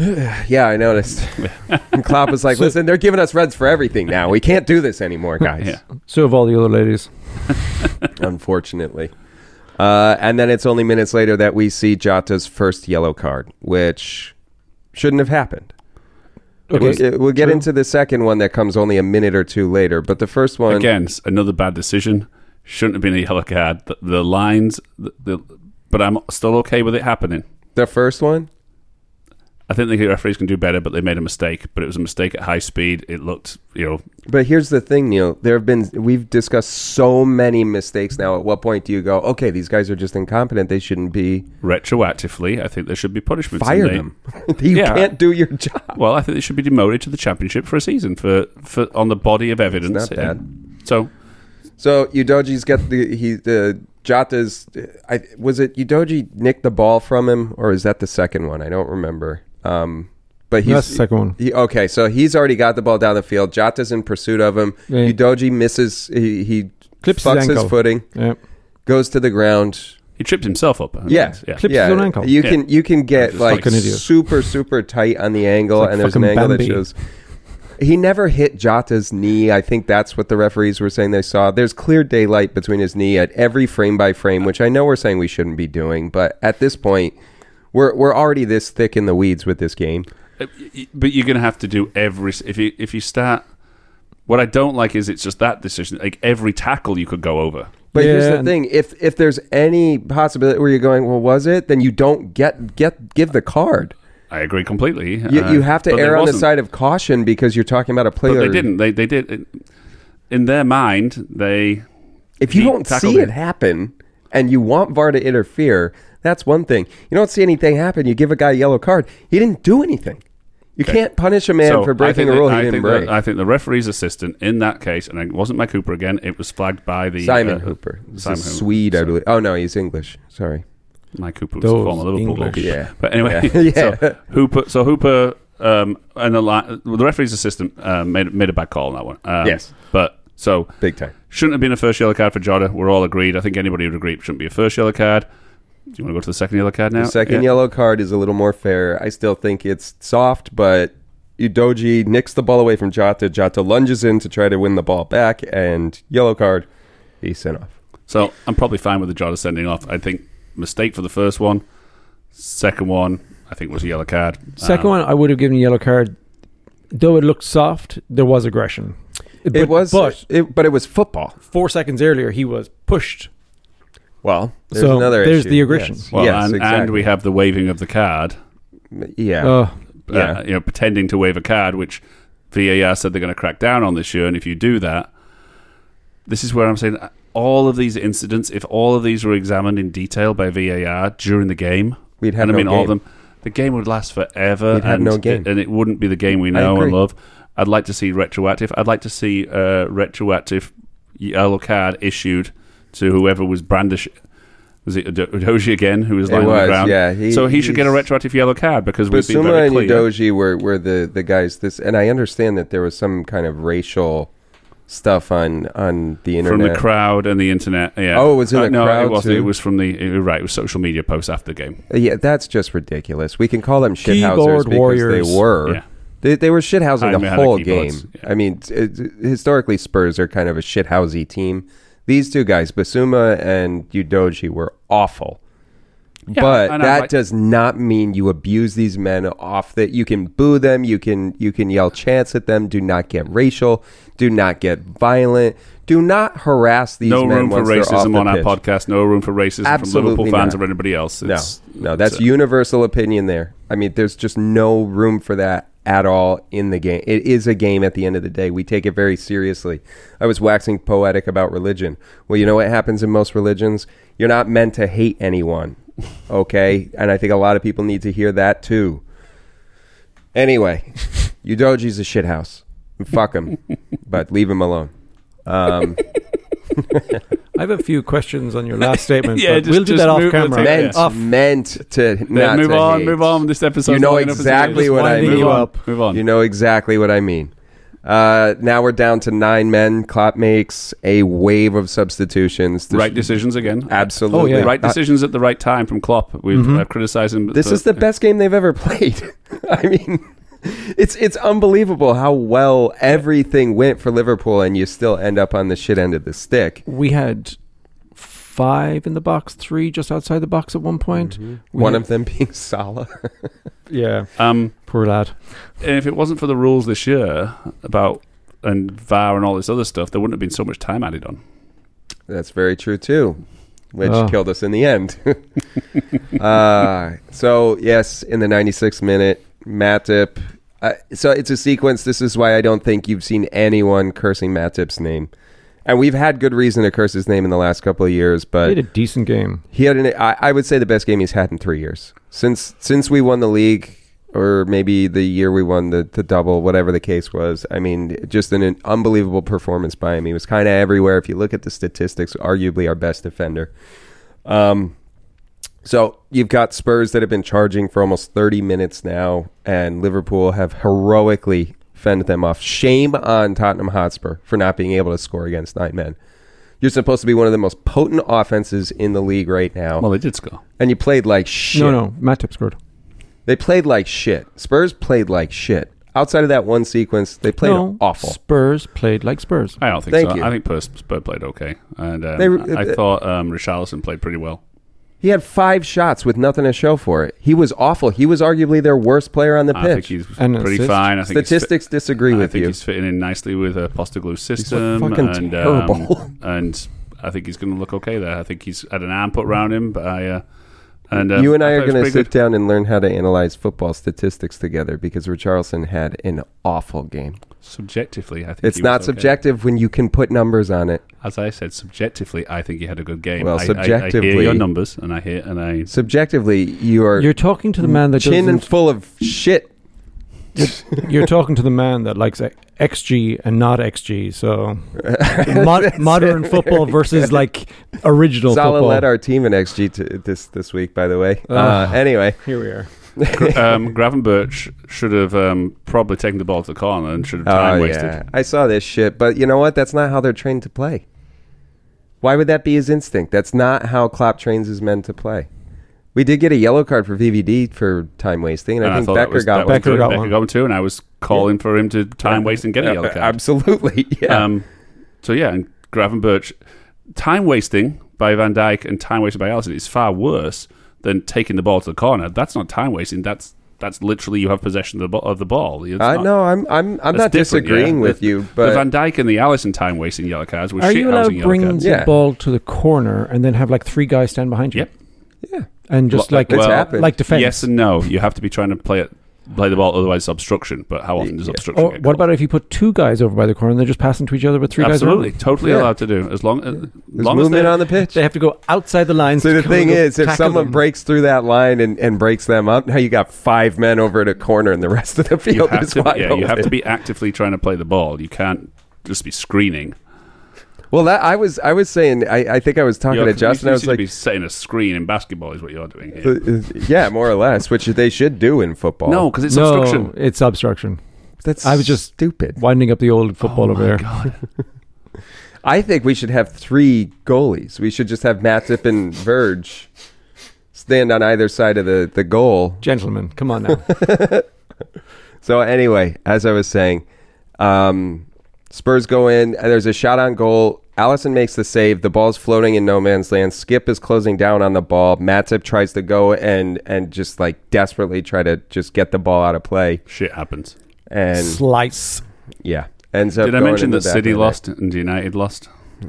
A: Yeah, I noticed. and Klopp was like, "Listen, they're giving us reds for everything now. We can't do this anymore, guys."
B: Yeah.
C: So have all the other ladies.
A: Unfortunately. Uh, and then it's only minutes later that we see Jota's first yellow card, which shouldn't have happened.
C: Okay.
A: We'll- it- we'll get into the second one that comes only a minute or two later, but the first one,
B: Again, s- another bad decision. Shouldn't have been a yellow card. The, the lines, the, the, but I'm still okay with it happening.
A: The first one?
B: I think the referees can do better, but they made a mistake. But it was a mistake at high speed. It looked, you know,
A: But here's the thing, Neil. There have been we've discussed so many mistakes now. At what point do you go, okay, these guys are just incompetent. They shouldn't be
B: retroactively. I think there should be punishments. and
A: fire
B: they-
A: them. you
B: Yeah.
A: can't do your job.
B: Well, I think they should be demoted to the championship for a season for, for on the body of evidence.
A: not bad.
B: So
A: So Udoji's got the he the Jota's. I was it Udoji nicked the ball from him, or is that the second one? I don't remember. Um, but he's
C: That's the second one.
A: He, okay, so he's already got the ball down the field. Jota's in pursuit of him.
C: Yeah.
A: Udoji misses. He, he
C: Clips his
A: fucks his,
C: ankle.
A: footing,
C: Yeah.
A: goes to the ground.
B: he tripped himself up. I think.
A: Yeah.
B: yeah.
C: Clips his own ankle.
A: You
B: Yeah.
A: can you can get
B: Fucking
A: like
C: idiot.
A: super super tight on the angle,
C: It's like
A: and there's an
C: fucking
A: angle that
C: Bambi.
A: shows. He never hit Jota's knee. I think that's what the referees were saying they saw. There's clear daylight between his knee at every frame by frame, which I know we're saying we shouldn't be doing, but at this point, we're we're already this thick in the weeds with this game.
B: Uh, y- y- But you're going to have to do every s- if you if you start. What I don't like is it's just that decision. Like every tackle you could go over.
A: But here's
C: Yeah,
A: the
C: and-
A: thing: if if there's any possibility where you're going, well, was it? Then you don't get get give the card.
B: I agree completely.
A: You,
B: Uh,
A: you have to
B: but there
A: err on the
B: wasn't.
A: side of caution because you're talking about a player.
B: But they didn't. They they did. In their mind, they
A: If you
B: He
A: don't
B: tackled
A: see it
B: it.
A: happen and you want VAR to interfere, that's one thing. You don't see anything happen, you give a guy a yellow card. He didn't do anything. You can't punish a man
B: so
A: for breaking
B: I think
A: a
B: that-
A: rule he
B: I
A: didn't
B: think
A: break.
B: The, I think the referee's assistant in that case, and it wasn't Mike Cooper again. It was flagged by the
A: Simon
B: uh,
A: Hooper. This
B: Simon
A: is
B: Hooper.
A: Swede, I believe. Oh no, he's English. Sorry.
B: Mike Hooper was a
C: Those
B: former Liverpool
C: English.
B: goalkeeper.
A: Yeah.
B: But anyway,
A: Yeah. Yeah.
B: so Hooper, so Hooper, um, and the, li- well, the referee's assistant um, made made a bad call on that one. Um,
A: Yes.
B: but so
A: Big time.
B: shouldn't have been a first yellow card for Jota. We're all agreed. I think anybody would agree it shouldn't be a first yellow card. Do you want to go to the second yellow card now?
A: The second
B: Yeah.
A: yellow card is a little more fair. I still think it's soft, but Udoji nicks the ball away from Jota. Jota lunges in to try to win the ball back and yellow card, he's sent off.
B: So I'm probably fine with the Jota sending off. I think mistake for the first one, second one, I think was a yellow card.
C: Second
B: Um,
C: one, I would have given a yellow card. Though it looked soft, there was aggression. But,
A: it was
C: But
A: it, but it was football.
C: four seconds earlier, he was pushed.
A: Well, there's
C: So
A: another
C: there's
A: issue.
C: the aggression.
A: Yes,
B: Well,
A: Yes,
B: and,
A: exactly.
B: and we have the waving of the card.
A: yeah.
C: Uh,
A: Yeah.
B: uh, you know, pretending to wave a card, which VAR said they're going to crack down on this year. And if you do that, this is where I'm saying uh, all of these incidents, if all of these were examined in detail by VAR during the game,
A: We'd have
B: and I
A: no
B: mean all of
A: game.
B: them, the game would last forever.
A: We'd have
B: and
A: no game.
B: it, and it wouldn't be the game we
A: I
B: know
A: agree.
B: and love. I'd like to see retroactive. I'd like to see uh, retroactive yellow card issued to whoever was brandish. Was it Udo- Udoji again who was
A: It
B: lying on
A: was,
B: the ground?
A: yeah, he-
B: so he should get a
A: he's-
B: retroactive yellow card because we've been
A: Basuma
B: very
A: and
B: clear.
A: Udoji were, were the, the guys this and I understand that there was some kind of racial stuff on on the internet.
B: from the crowd and the internet. Yeah. Uh,
A: Oh, it was in the
B: no,
A: crowd
B: it wasn't.
A: too?
B: It was from the it- right. It was social media posts after the game.
A: yeah, that's just ridiculous. We can call them shithousers
C: Keyboard
A: because
C: warriors.
A: they were.
B: Yeah.
A: They, they were shithousing
B: I
A: the
B: mean, I had
A: whole
B: keyboards,
A: game.
B: yeah.
A: I mean, t- it- historically, Spurs are kind of a shithousy team. These two guys, Basuma and Udoji, were awful. but
B: and I
A: that
B: like-
A: does not mean you abuse these men off that you can boo them you can you can yell chants at them do not get racial do not get violent do not harass these
B: No
A: men
B: room for
A: once they're off
B: racism
A: the
B: on our
A: pitch.
B: podcast. No room for racism
A: Absolutely
B: from Liverpool fans
A: not.
B: or anybody else.
A: no
B: It's-
A: no that's
B: it's a-
A: universal opinion there i mean there's just no room for that at all in the game it is a game at the end of the day we take it very seriously i was waxing poetic about religion well you know what happens in most religions you're not meant to hate anyone okay and i think a lot of people need to hear that too Anyway, Udoji's a shithouse. Fuck him, but leave him alone. Um,
C: I have a few questions on your last statement.
B: Yeah,
C: but
B: just-
C: we'll do
B: just
C: that off
B: move-
C: camera.
B: let's-
A: meant,
B: yeah.
C: Off-
A: meant to
B: Yeah,
A: not
B: move
A: to
B: on,
A: hate.
B: move on. This episode.
A: You know exactly what I
C: winding
A: mean.
C: you
B: Move on.
C: up.
B: Move on.
A: You know exactly what I mean. Uh, now we're down to nine men. Klopp makes a wave of substitutions. This-
B: right decisions again.
A: Absolutely.
C: Oh, yeah.
B: Right
A: Uh, Mm-hmm.
B: decisions at the right time from Klopp. We've uh, criticised him.
A: This
B: for-
A: is the best game they've ever played. I mean, it's it's unbelievable how well everything went for Liverpool, and you still end up on the shit end of the stick.
C: we had five in the box, three just outside the box at one point. We
A: One
C: had-
A: of them being Salah.
C: yeah,
B: Um,
C: poor lad.
B: and if it wasn't for the rules this year about and VAR and all this other stuff, there wouldn't have been so much time added on.
A: That's very true too, which
C: Oh.
A: killed us in the end. uh, so yes, in the 96th minute, Matip. Uh, so it's a sequence. This is why I don't think you've seen anyone cursing Matip's name, and we've had good reason to curse his name in the last couple of years.
C: He had
A: But
C: a decent game.
A: he had, an, I, I would say, the best game he's had in three years since since we won the league, or maybe the year we won the, the double, whatever the case was. I mean, just an, an unbelievable performance by him. He was kind of everywhere. If you look at the statistics, arguably our best defender. Um, so you've got Spurs that have been charging for almost 30 minutes now, and Liverpool have heroically fended them off. Shame on Tottenham Hotspur for not being able to score against nine men. You're supposed to be one of the most potent offenses in the league right now,
B: Well, they did score.
A: and you played like shit.
C: No, no, Matip scored.
A: They played like shit. Spurs played like shit. Outside of that one sequence, they played
C: no,
A: awful.
C: Spurs played like Spurs.
B: I don't think
A: Thank
B: so.
A: you.
B: I think Pers- Spurs played okay, and um,
A: They uh, were-
B: I thought um, Richarlison played pretty well.
A: He had five shots with nothing to show for it. He was awful. He was arguably their worst player on the
B: I think
A: pitch.
B: he's
C: And
B: pretty
C: assist.
B: fine. I think he's fit-
A: Statistics disagree
B: I
A: with
B: think
A: you.
B: he's fitting in nicely with a Postaglu system.
A: fucking
B: and,
A: terrible.
B: Um, and I think he's going to look okay there. I think he's had an arm put around him, but I. Uh, and um,
A: you and I,
B: thought
A: are
B: it was
A: going to
B: pretty
A: sit
B: good.
A: down and learn how to analyze football statistics together because Richarlison had an awful game.
B: subjectively. I think
A: It's
B: he
A: not
B: was okay.
A: subjective when you can put numbers on it.
B: As I said, subjectively, I think he had a good game.
A: Well,
B: I- I- I, hear
A: subjectively-
B: your numbers, and I hear and I.
A: Subjectively, you are
C: You're talking to the man that
A: chin and
C: doesn't.
A: full of shit.
C: you're talking to the man that likes uh, XG and not XG. So Mod- modern football versus like original
A: Salah
C: football.
A: led our team in XG t- this this week, by the way. Uh,
C: Ah.
A: anyway,
C: Here we are.
B: um, Gravenberch should have um, probably taken the ball to the corner and should have time
A: oh
B: wasted.
A: yeah, I saw this shit, but you know what? That's not how they're trained to play. Why would that be his instinct? That's not how Klopp trains his men to play. We did get a yellow card for VVD for time wasting, and, I think
B: Uh, thought
A: Becker
B: that was,
A: got
B: that
A: one.
B: was
C: Becker
B: good.
C: got
B: Becker
C: one.
B: got one too, and I was calling for him to time waste and get a
A: Yeah,
B: yellow card.
A: Absolutely, yeah.
B: Um, so yeah, and Gravenberch, time wasting by Van Dijk and time wasted by Allison is far worse than taking the ball to the corner. That's not time wasting. That's that's literally you have possession of the, bo- of the ball. It's
A: I
B: not-
A: know. I'm I'm I'm
B: that's
A: not
B: different,
A: disagreeing
B: yeah.
A: with
B: The-
A: you,
B: the
A: but
B: Van Dijk and the Allison time wasting yellow cards were
C: Are you allowed
B: shithousing
C: to
B: yellow
C: bring
B: cards.
C: the
A: Yeah.
C: ball to the corner and then have like three guys stand behind you?
B: Yep.
A: Yeah.
C: And just
B: Well,
C: like
B: it's
A: happened.
C: like defense.
B: Yes and no. You have to be trying to play it, play the ball, otherwise it's obstruction. But how often does
A: Yeah.
B: obstruction?
C: Or
B: get
C: what
B: called?
C: about if you put two guys over by the corner and they're just passing to each other with three
B: absolutely
C: guys?
B: totally
A: Yeah.
B: allowed to do as long as
A: there's
B: long as
A: movement
B: they
A: on the pitch.
C: They have to go outside the lines.
A: So
C: to
A: the
C: go
A: thing
C: to
A: is, if
C: tackle
A: someone
C: them.
A: breaks through that line and, and breaks them up, now you got five men over at a corner, and the rest of the
B: you
A: field
B: have
A: is
B: to be,
A: wide
B: yeah, you have
A: open.
B: to be actively trying to play the ball. You can't just be screening.
A: Well, that, I was I was saying I, I think I was talking
B: You're-
A: to Justin. I
B: You seem
A: was
B: to
A: like,
B: be setting a screen in basketball is what you're doing here.
A: uh, uh, yeah, more or less, which they should do in football.
B: no, because it's
C: no,
B: obstruction.
C: it's obstruction.
A: that's
C: I was just-
A: stupid.
C: Winding up the old football
B: oh
C: over
B: my
C: there.
B: God.
A: I think we should have three goalies. We should just have Matip and Verge stand on either side of the the goal.
C: Gentlemen, come on now.
A: So anyway, as I was saying, um, Spurs go in. and There's a shot on goal. Allison makes the save. The ball's floating in no man's land. Skip is closing down on the ball. Matip tries to go and and just like desperately try to just get the ball out of play.
B: Shit happens.
A: And
C: Slice.
A: yeah, ends up.
B: Did I
A: going
B: mention
A: in the
B: that
A: back
B: City
A: of the net.
B: lost and United lost?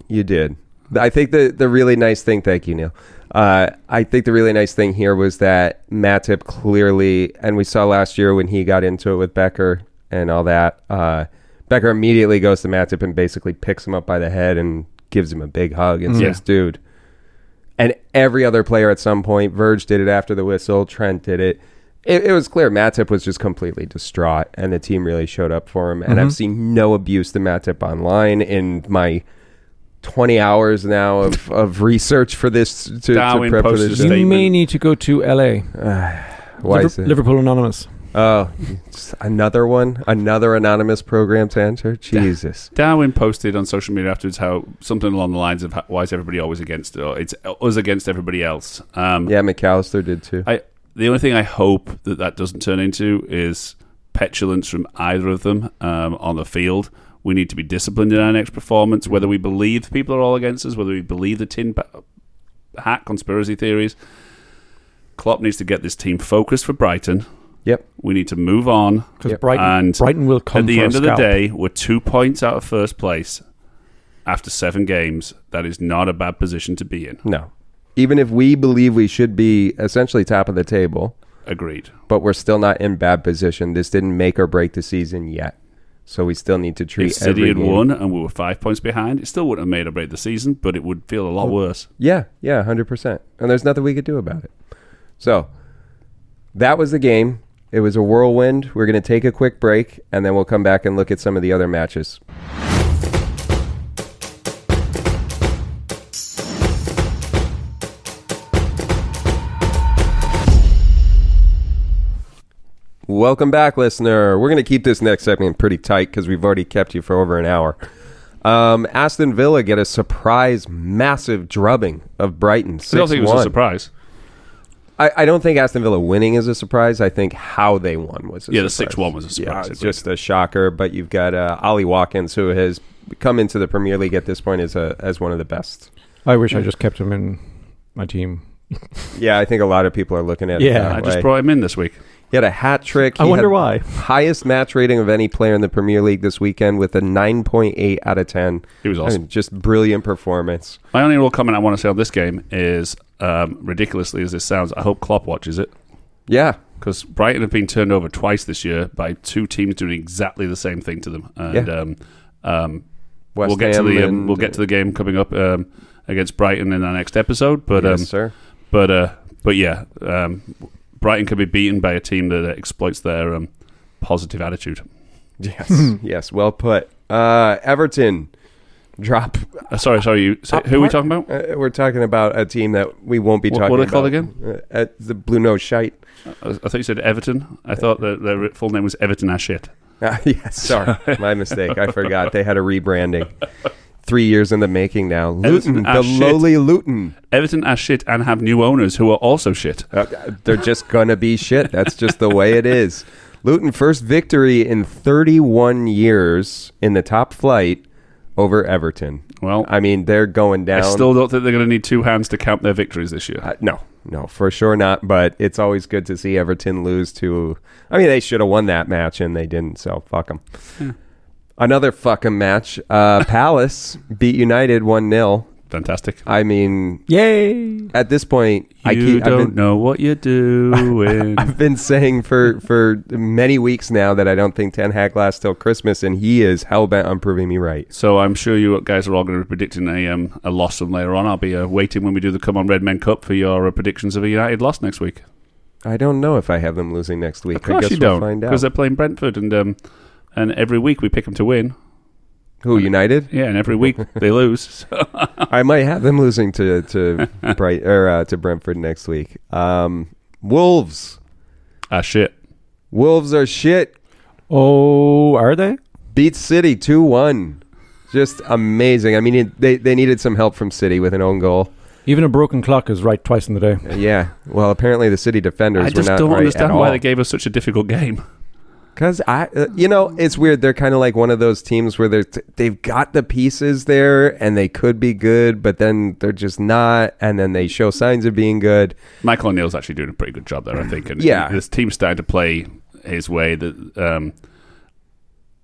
A: You did. I think the the really nice thing, thank you, Neil. Uh, I think the really nice thing here was that Matip clearly, and we saw last year when he got into it with Becker and all that. Uh, Becker immediately goes to Matip and basically picks him up by the head and gives him a big hug and
B: Mm.
A: says,
B: Yeah.
A: "Dude." And every other player at some point, Verge did it after the whistle. Trent did it. It, it was clear Matip was just completely distraught, and the team really showed up for him. And
B: Mm-hmm.
A: I've seen no abuse to Matip online in my 20 hours now of, of research for this to, to
B: Darwin
A: prep for
B: posted
A: this
B: a
A: show.
C: You may
B: Statement.
C: need to go to LA.
A: Why
C: Liver-
A: is it?
C: Liverpool Anonymous.
A: Oh, just another one, another anonymous program to enter. Jesus,
B: Darwin posted on social media afterwards how something along the lines of how, why is everybody always against it, or it's us against everybody else. Um,
A: yeah, McAllister did too.
B: I the only thing I hope that that doesn't turn into is petulance from either of them um, on the field. We need to be disciplined in our next performance, whether we believe people are all against us, whether we believe the tin pa- hat conspiracy theories. Klopp needs to get this team focused for Brighton.
A: Yep.
B: We need to move on.
C: Because
A: Yep.
C: Brighton,
B: And
C: Brighton will come
B: At the
C: for a
B: end of the
C: scalp.
B: day, we're two points out of first place. after seven games, that is not a bad position to be in.
A: No. Even if we believe we should be essentially top of the table,
B: Agreed.
A: but we're still not in bad position. This didn't make or break the season yet. So we still need to treat
B: If City
A: every
B: had
A: game-
B: won and we were five points behind, it still wouldn't have made or break the season, but it would feel a lot worse.
A: Yeah, yeah, 100%. And there's nothing we could do about it. So that was the game. It was a whirlwind. We're going to take a quick break and then we'll come back and look at some of the other matches. Welcome back, listener. We're going to keep this next segment pretty tight because we've already kept you for over an hour. Um, Aston Villa get a surprise, massive drubbing of Brighton.
B: I don't think it was a
A: 6-1.
B: surprise.
A: I, I don't think Aston Villa winning is a surprise. I think how they won was a
B: Yeah, the
A: surprise.
B: 6-1 was a surprise,
A: Yeah, it's
B: agreed.
A: just a shocker. But you've got uh, Ollie Watkins, who has come into the Premier League at this point as a as one of the best.
C: I wish I just kept him in my team.
A: Yeah, I think a lot of people are looking at
C: Yeah.
A: it that
B: I just
A: way.
B: brought him in this week.
A: he had a hat trick.
C: I
A: He
C: wonder
A: had
C: why.
A: Highest match rating of any player in the Premier League this weekend with a 9.8 out of 10.
B: He was
A: I
B: awesome.
A: mean, just brilliant performance.
B: My only real comment I want to say on this game is, um, ridiculously as this sounds, I hope Klopp watches it
A: Yeah.
B: because Brighton have been turned over twice this year by two teams doing exactly the same thing to them. And
A: Yeah.
B: um, um,
A: West
B: we'll get
A: Ham
B: to the um,
A: and-
B: we'll get to the game coming up um, against Brighton in our next episode. But um,
A: yes, sir.
B: but uh, but yeah, um, Brighton can be beaten by a team that exploits their um, positive attitude.
A: Yes. yes. Well put. Uh, Everton drop
B: Uh, sorry, sorry, you. So,
A: Uh,
B: who are we
A: Mark-
B: talking about?
A: Uh, we're talking about a team that we won't be
B: Wh-
A: talking
B: what are they
A: about.
B: called
A: again? Uh, uh, the Blue Nose Shite.
B: I I thought you said Everton. I thought that their full name was Everton Ashit.
A: Ah, yes, sorry. My mistake. I forgot. They had a rebranding. Three years in the making now.
B: Everton
A: Luton,
B: are
A: the
B: ah, shit.
A: lowly Luton.
B: Everton are shit and have new owners who are also shit.
A: Uh, they're just going to be shit. That's just the way it is. Luton, first victory in 31 years in the top flight over Everton.
B: Well, I,
A: I mean, they're going down.
B: still don't think they're going to need two hands to count their victories this year.
A: Uh, no, no, for sure not. But it's always good to see Everton lose to. I mean, they should have won that match and they didn't. So fuck them. Another fucking match. Uh, Palace beat United one 0
B: Fantastic.
A: I mean,
C: Yay!
A: at this point, I
B: you
A: keep.
B: don't
A: I've been,
B: know what you're doing.
A: I've been saying for for many weeks now that I don't think Ten Hag lasts till Christmas, and he is hell bent on proving me right.
B: so I'm sure you guys are all going to be predicting a, um, a loss from later on. I'll be uh, waiting when we do the Come On Red Men Cup for your uh, predictions of a United loss next week.
A: I don't know if I have them losing next week.
B: Of course
A: I guess
B: you
A: we'll
B: don't,
A: find
B: because
A: out.
B: they're playing Brentford, and um, and every week we pick them to win.
A: Who United?
B: Yeah, and every week they lose. So,
A: I might have them losing to to Bright or uh, to Brentford next week. Um, Wolves,
B: ah, shit.
A: Wolves are shit.
C: Oh, are they?
A: Beat City two one, just amazing. I mean, it, they they needed some help from City with an own goal.
C: Even a broken clock is right twice in the day.
A: Uh, Yeah, well, apparently the City defenders
B: I
A: were
B: just
A: not
B: don't
A: right
B: understand
A: at
B: why
A: all.
B: they gave us such a difficult game.
A: Because I, uh, you know, it's weird. They're kind of like one of those teams where they're t- they've got the pieces there and they could be good, but then they're just not, and then they show signs of being good.
B: Michael O'Neill's actually doing a pretty good job there, I think. And
A: Yeah.
B: this team's starting to play his way. That um,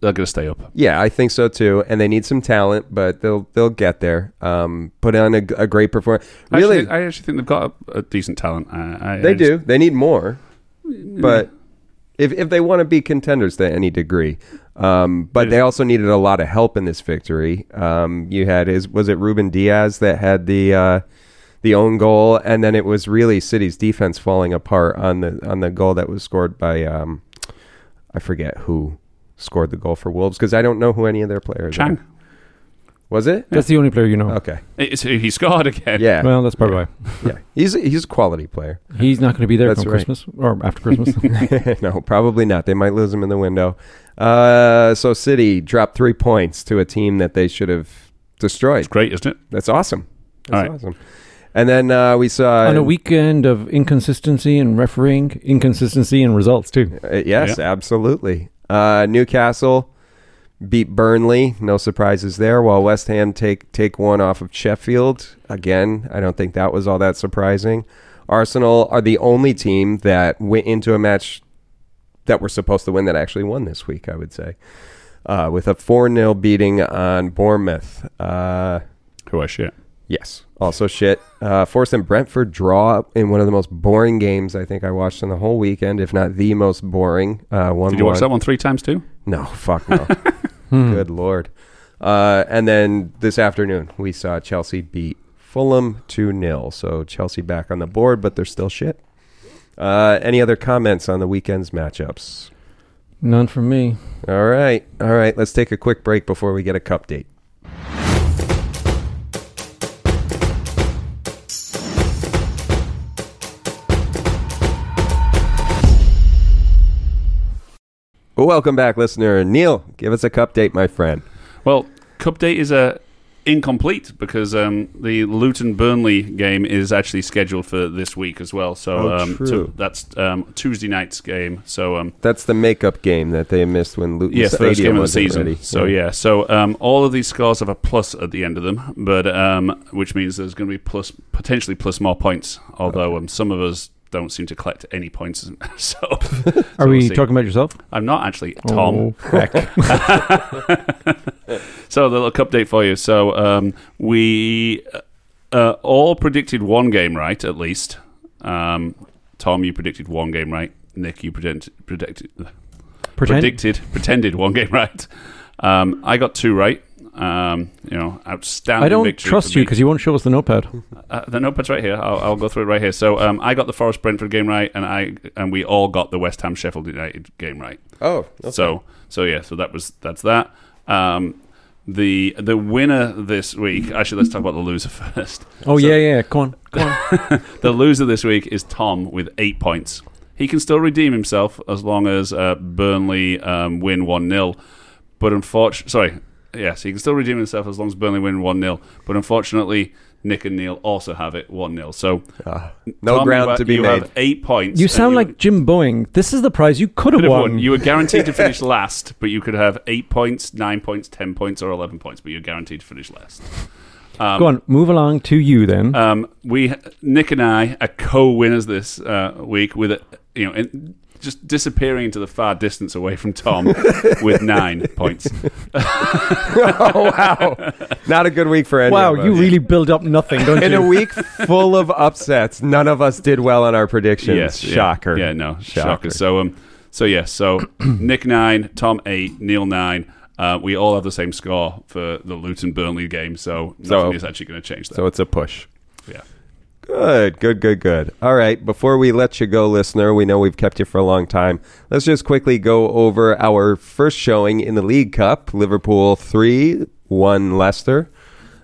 B: they're going to stay up.
A: Yeah, I think so too. And they need some talent, but they'll they'll get there. Um, put on a, g- a great performance. Really,
B: Actually, I actually think they've got a, a decent talent. I, I,
A: they
B: I just-
A: do. They need more,
B: Mm.
A: but if if they want to be contenders to any degree, um, but they also needed a lot of help in this victory. Um, you had is was it Ruben Diaz that had the. Uh, the own goal, and then it was really City's defense falling apart on the on the goal that was scored by um, I forget who scored the goal for Wolves because I don't know who any of their players. are.
B: Chang. Oh.
A: Was it?
C: That's the only player you know.
A: Okay.
B: It's, he scored again.
A: Yeah.
C: Well, that's probably why.
A: yeah. He's he's a quality player.
C: He's not going to be there
A: That's
C: come
A: right.
C: Christmas or after Christmas.
A: no, probably not. They might lose him in the window. Uh, so City dropped three points to a team that they should have destroyed.
B: It's great, isn't it?
A: That's awesome.
B: All
A: That's
B: right.
A: awesome. And then uh, we saw
C: On a weekend of inconsistency and refereeing, inconsistency and results too.
A: Uh, yes, absolutely. Uh, Newcastle beat Burnley. No surprises there. While West Ham take take one off of Sheffield again. I don't think that was all that surprising. Arsenal are the only team that went into a match that were supposed to win that actually won this week. I would say. uh, with a 4 0 beating on Bournemouth. Uh,
B: Who I shit.
A: yes, also shit. Uh, forced in Brentford draw in one of the most boring games I think I watched in the whole weekend, if not the most boring. Uh, one
B: Did you watch that one three times too?
A: No, fuck no. Good lord. Uh, and then this afternoon, we saw Chelsea beat Fulham 2 0. So Chelsea back on the board, but they're still shit. Uh, any other comments on the weekend's matchups?
C: None from me.
A: All right. All right. Let's take a quick break before we get a cup date. Welcome back, listener. Neil, give us a cup date, my friend.
B: Well, cup date is uh, incomplete because um, the Luton Burnley game is actually scheduled for this week as well. So,
A: Oh,
B: um,
A: true.
B: so that's um, Tuesday night's game. So um,
A: That's the makeup game that they missed when Luton
B: yes,
A: Stadium
B: first game of the
A: wasn't
B: season.
A: ready.
B: So yeah, so um, all of these scores have a plus at the end of them, but um, which means there's going to be plus potentially plus more points. Although um, some of us don't seem to collect any points. so
C: Are
B: we'll
C: we
B: see.
C: talking about yourself?
B: I'm not actually Tom.
C: Oh.
B: So the look update for you. So um, we uh, all predicted one game right, at least. Um, Tom, you predicted one game right. Nick, you predicted predicted
C: Pretend?
B: predicted pretended one game right. Um, I got two right. Um, you know, outstanding.
C: I don't
B: victory
C: trust
B: for
C: you
B: me.
C: because you won't show us the notepad.
B: Uh, the notepad's right here. I'll, I'll go through it right here. So um, I got the Forest Brentford game right, and I and we all got the West Ham Sheffield United game right.
A: Oh,
B: So so yeah, so that was that's that. Um, the the winner this week. Actually, let's talk about the loser first.
C: Oh,
B: So-
C: yeah, yeah. Come on. Come on.
B: The loser this week is Tom with eight points. He can still redeem himself as long as uh, Burnley um, win one 0 But unfortunately, sorry, yes, he can still redeem himself as long as Burnley win one 0 But unfortunately, Nick and Neil also have it one 0 So
A: Ah, no
B: Tom, you
A: ground
B: ha-
A: to be
B: you
A: made.
B: Have eight points.
C: You
B: and
C: sound
B: you-
C: like Jim Boeing. This is the prize you could have
B: could have
C: won.
B: won. You were guaranteed to finish last, but you could have eight points, nine points, ten points, or eleven points, but you're guaranteed to finish last. Um,
C: Go on. Move along to you then.
B: Um, we Nick and I are co-winners this uh, week with uh, you know and just disappearing into the far distance away from Tom with nine points.
A: oh wow, not a good week for any.
C: wow,
A: of us.
C: you really build up nothing, don't
A: in a
C: you?
A: week full of upsets. None of us did well on our predictions.
B: yeah.
A: Shocker.
B: Yeah, no,
A: Shocker.
B: shocker. So um, so yeah, so Nick nine, Tom eight, Neil nine. Uh, we all have the same score for the Luton Burnley game, so
A: So-
B: nothing is actually going to change that.
A: So it's a push.
B: yeah.
A: Good, good, good, good. All right. Before we let you go, listener, we know we've kept you for a long time. Let's just quickly go over our first showing in the League Cup Liverpool 3 1 Leicester.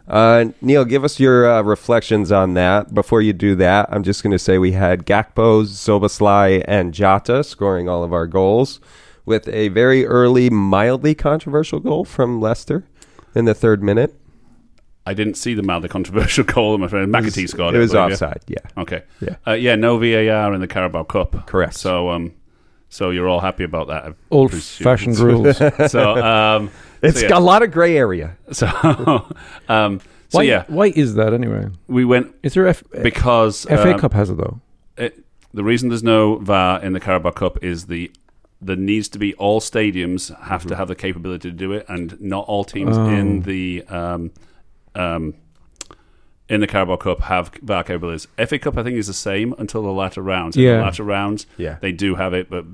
A: Uh, Neil, give us your uh, reflections on that. Before you do that, I'm just going to say we had Gakpo, Zoboslai, and Jota scoring all of our goals with a very early, mildly controversial goal from Leicester in the third minute.
B: I didn't see the mildly controversial goal. My friend McAtee scored.
A: It was
B: I believe, yeah.
A: offside, yeah.
B: Okay.
A: Yeah.
B: Uh, yeah. No VAR in the Carabao Cup.
A: Correct.
B: So um, so you're all happy about that.
C: Old fashioned rules.
B: so um,
A: It's
B: so, yeah.
A: got a lot of gray area.
B: so um, so
C: Why,
B: yeah,
C: why is that anyway?
B: we went
C: Is there F-
B: because
C: FA
B: um,
C: Cup has it though?
B: it, Eh, the reason there's no VAR in the Carabao Cup is the there needs to be all stadiums have to have the capability to do it, and not all teams
C: Oh.
B: in the um, um, in the Carabao Cup have VAR capabilities. FA Cup, I think, is the same until the latter rounds. In
C: Yeah.
B: the latter rounds,
A: Yeah.
B: they do have it, but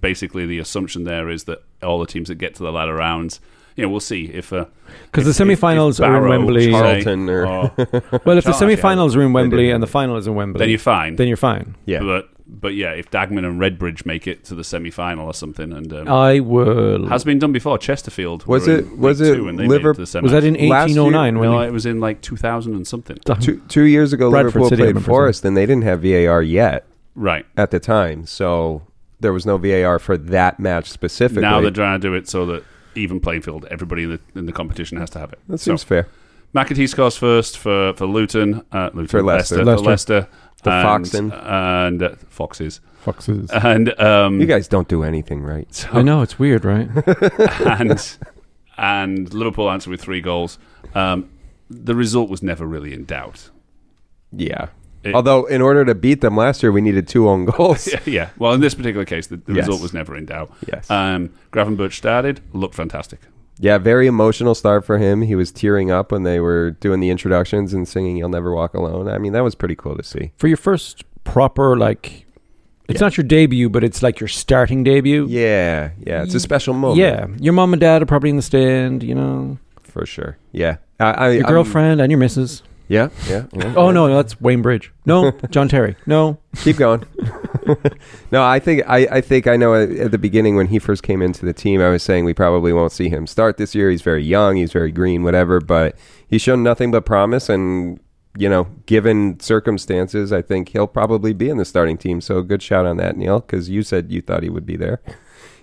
B: basically the assumption there is that all the teams that get to the latter rounds, you know, we'll see if uh,
C: Because the
B: if- if- if
C: semi-finals are in
B: Barrow,
C: Wembley.
B: say,
A: Charlton or-
C: Well, if the
B: Charles, yeah,
C: semi-finals are in Wembley
A: do.
C: and the final is in Wembley,
B: then you're fine.
C: then you're fine.
A: Yeah.
B: But but yeah, if Dagman and Redbridge make it to the semi final or something, and um,
C: I will.
B: has been done before. Chesterfield
A: Was
B: were in
A: it-
B: League
A: was it
B: Two and they
A: Liver-
B: made it to the semi-
C: was that in
A: Last year-
C: 1809 when
B: No,
C: they-
B: it was in like 2000 and something.
A: two, two years ago,
C: Bradford
A: Liverpool
C: City, I
A: played
C: remember
A: Forest, and they didn't have VAR yet
B: Right
A: at the time, so there was no VAR for that match specifically.
B: now they're trying to do it so that even playing field, everybody in the, in the competition has to have it.
A: that seems
B: so, mm.
A: fair.
B: McAtee scores first for for Luton, uh, Luton
A: For Leicester.
B: Leicester, for Leicester,
A: The
B: and,
A: Foxen.
B: and uh, Foxes,
C: Foxes.
B: and um,
A: You guys don't do anything right.
B: so-
C: I know it's weird, right?
B: and and Liverpool answered with three goals. Um, the result was never really in doubt.
A: Yeah,
B: It-
A: Although, in order to beat them last year, we needed two own goals.
B: yeah, yeah. Well, in this particular case, the, the
A: Yes.
B: result was never in doubt.
A: Yes.
B: Um, Gravenberch started, looked fantastic.
A: Yeah, very emotional start for him. He was tearing up when they were doing the introductions and singing "You'll Never Walk Alone." I mean, that was pretty cool to see.
C: for your first proper like it's
A: Yeah.
C: not your debut but it's like your starting debut
A: Yeah, yeah, it's a special moment.
C: yeah your mom and dad are probably in the stand you know
A: for sure. Yeah, I, I,
C: your
A: I'm-
C: girlfriend and your missus
A: yeah, yeah. yeah,
C: oh
A: yeah.
C: no that's wayne bridge no john terry no
A: keep going. no, I think I, I think I know. At, at the beginning, when he first came into the team, I was saying we probably won't see him start this year. He's very young. He's very green. Whatever, but he's shown nothing but promise and. You know, given circumstances, I think he'll probably be in the starting team. So, good shout on that, Neil, because you said you thought he would be there.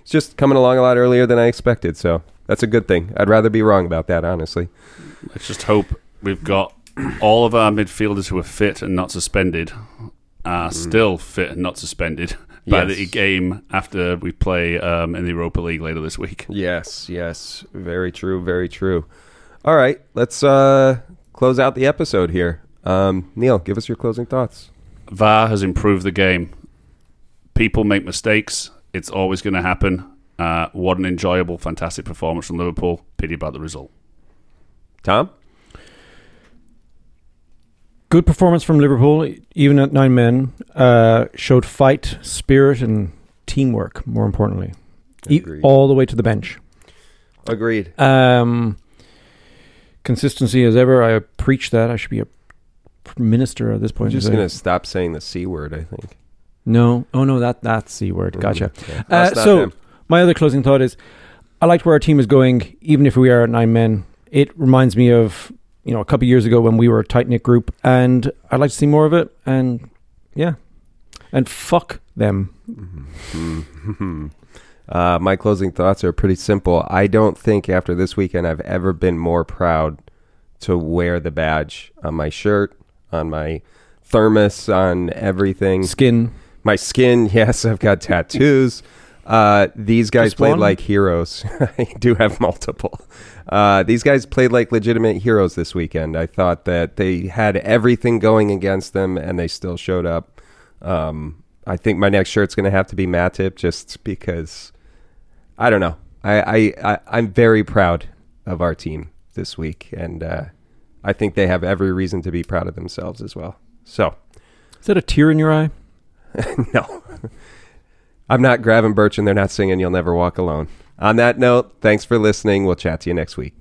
A: It's just coming along a lot earlier than I expected. So, that's a good thing. I'd rather be wrong about that, honestly.
B: Let's just hope we've got all of our midfielders who are fit and not suspended are still fit and not suspended by
A: Mm. Yes.
B: the game after we play um, in the Europa League later this week.
A: Yes, yes. Very true, very true. All right, let's uh close out the episode here. Um Neil, give us your closing thoughts.
B: VAR has improved the game. People make mistakes. It's always going to happen. Uh, what an enjoyable, fantastic performance from Liverpool. Pity about the result.
A: Tom?
C: good performance from liverpool e- even at nine men uh, showed fight spirit and teamwork more importantly E-
A: Agreed.
C: all the way to the bench
A: Agreed.
C: um, consistency as ever i preach that i should be a minister at this
A: I'm
C: point
A: just
C: in time.
A: going to stop saying the C word, I think. Mm-hmm.
C: no oh no that that's c word gotcha
A: Yeah.
C: Uh,
A: That's not
C: so-
A: him.
C: My other closing thought is I liked where our team is going, even if we are at nine men. It reminds me of, you know, a couple of years ago when we were a tight knit group, and I'd like to see more of it. And yeah. And fuck them.
A: Mhm. uh, my closing thoughts are pretty simple. I don't think after this weekend I've ever been more proud to wear the badge on my shirt, on my thermos, on everything.
C: Skin.
A: my skin. Yes, I've got tattoos. Uh, these guys
C: Just
A: played
C: one?
A: like heroes. I do have multiple. Uh, these guys played like legitimate heroes this weekend. I thought that they had everything going against them, and they still showed up. Um, I think my next shirt's going to have to be Matip, just because I don't know. I, I, I I'm very proud of our team this week, and uh, I think they have every reason to be proud of themselves as well. So.
C: Is that a tear in your eye?
A: No. I'm not grabbing Birch and they're not singing You'll Never Walk Alone. On that note, thanks for listening. We'll chat to you next week.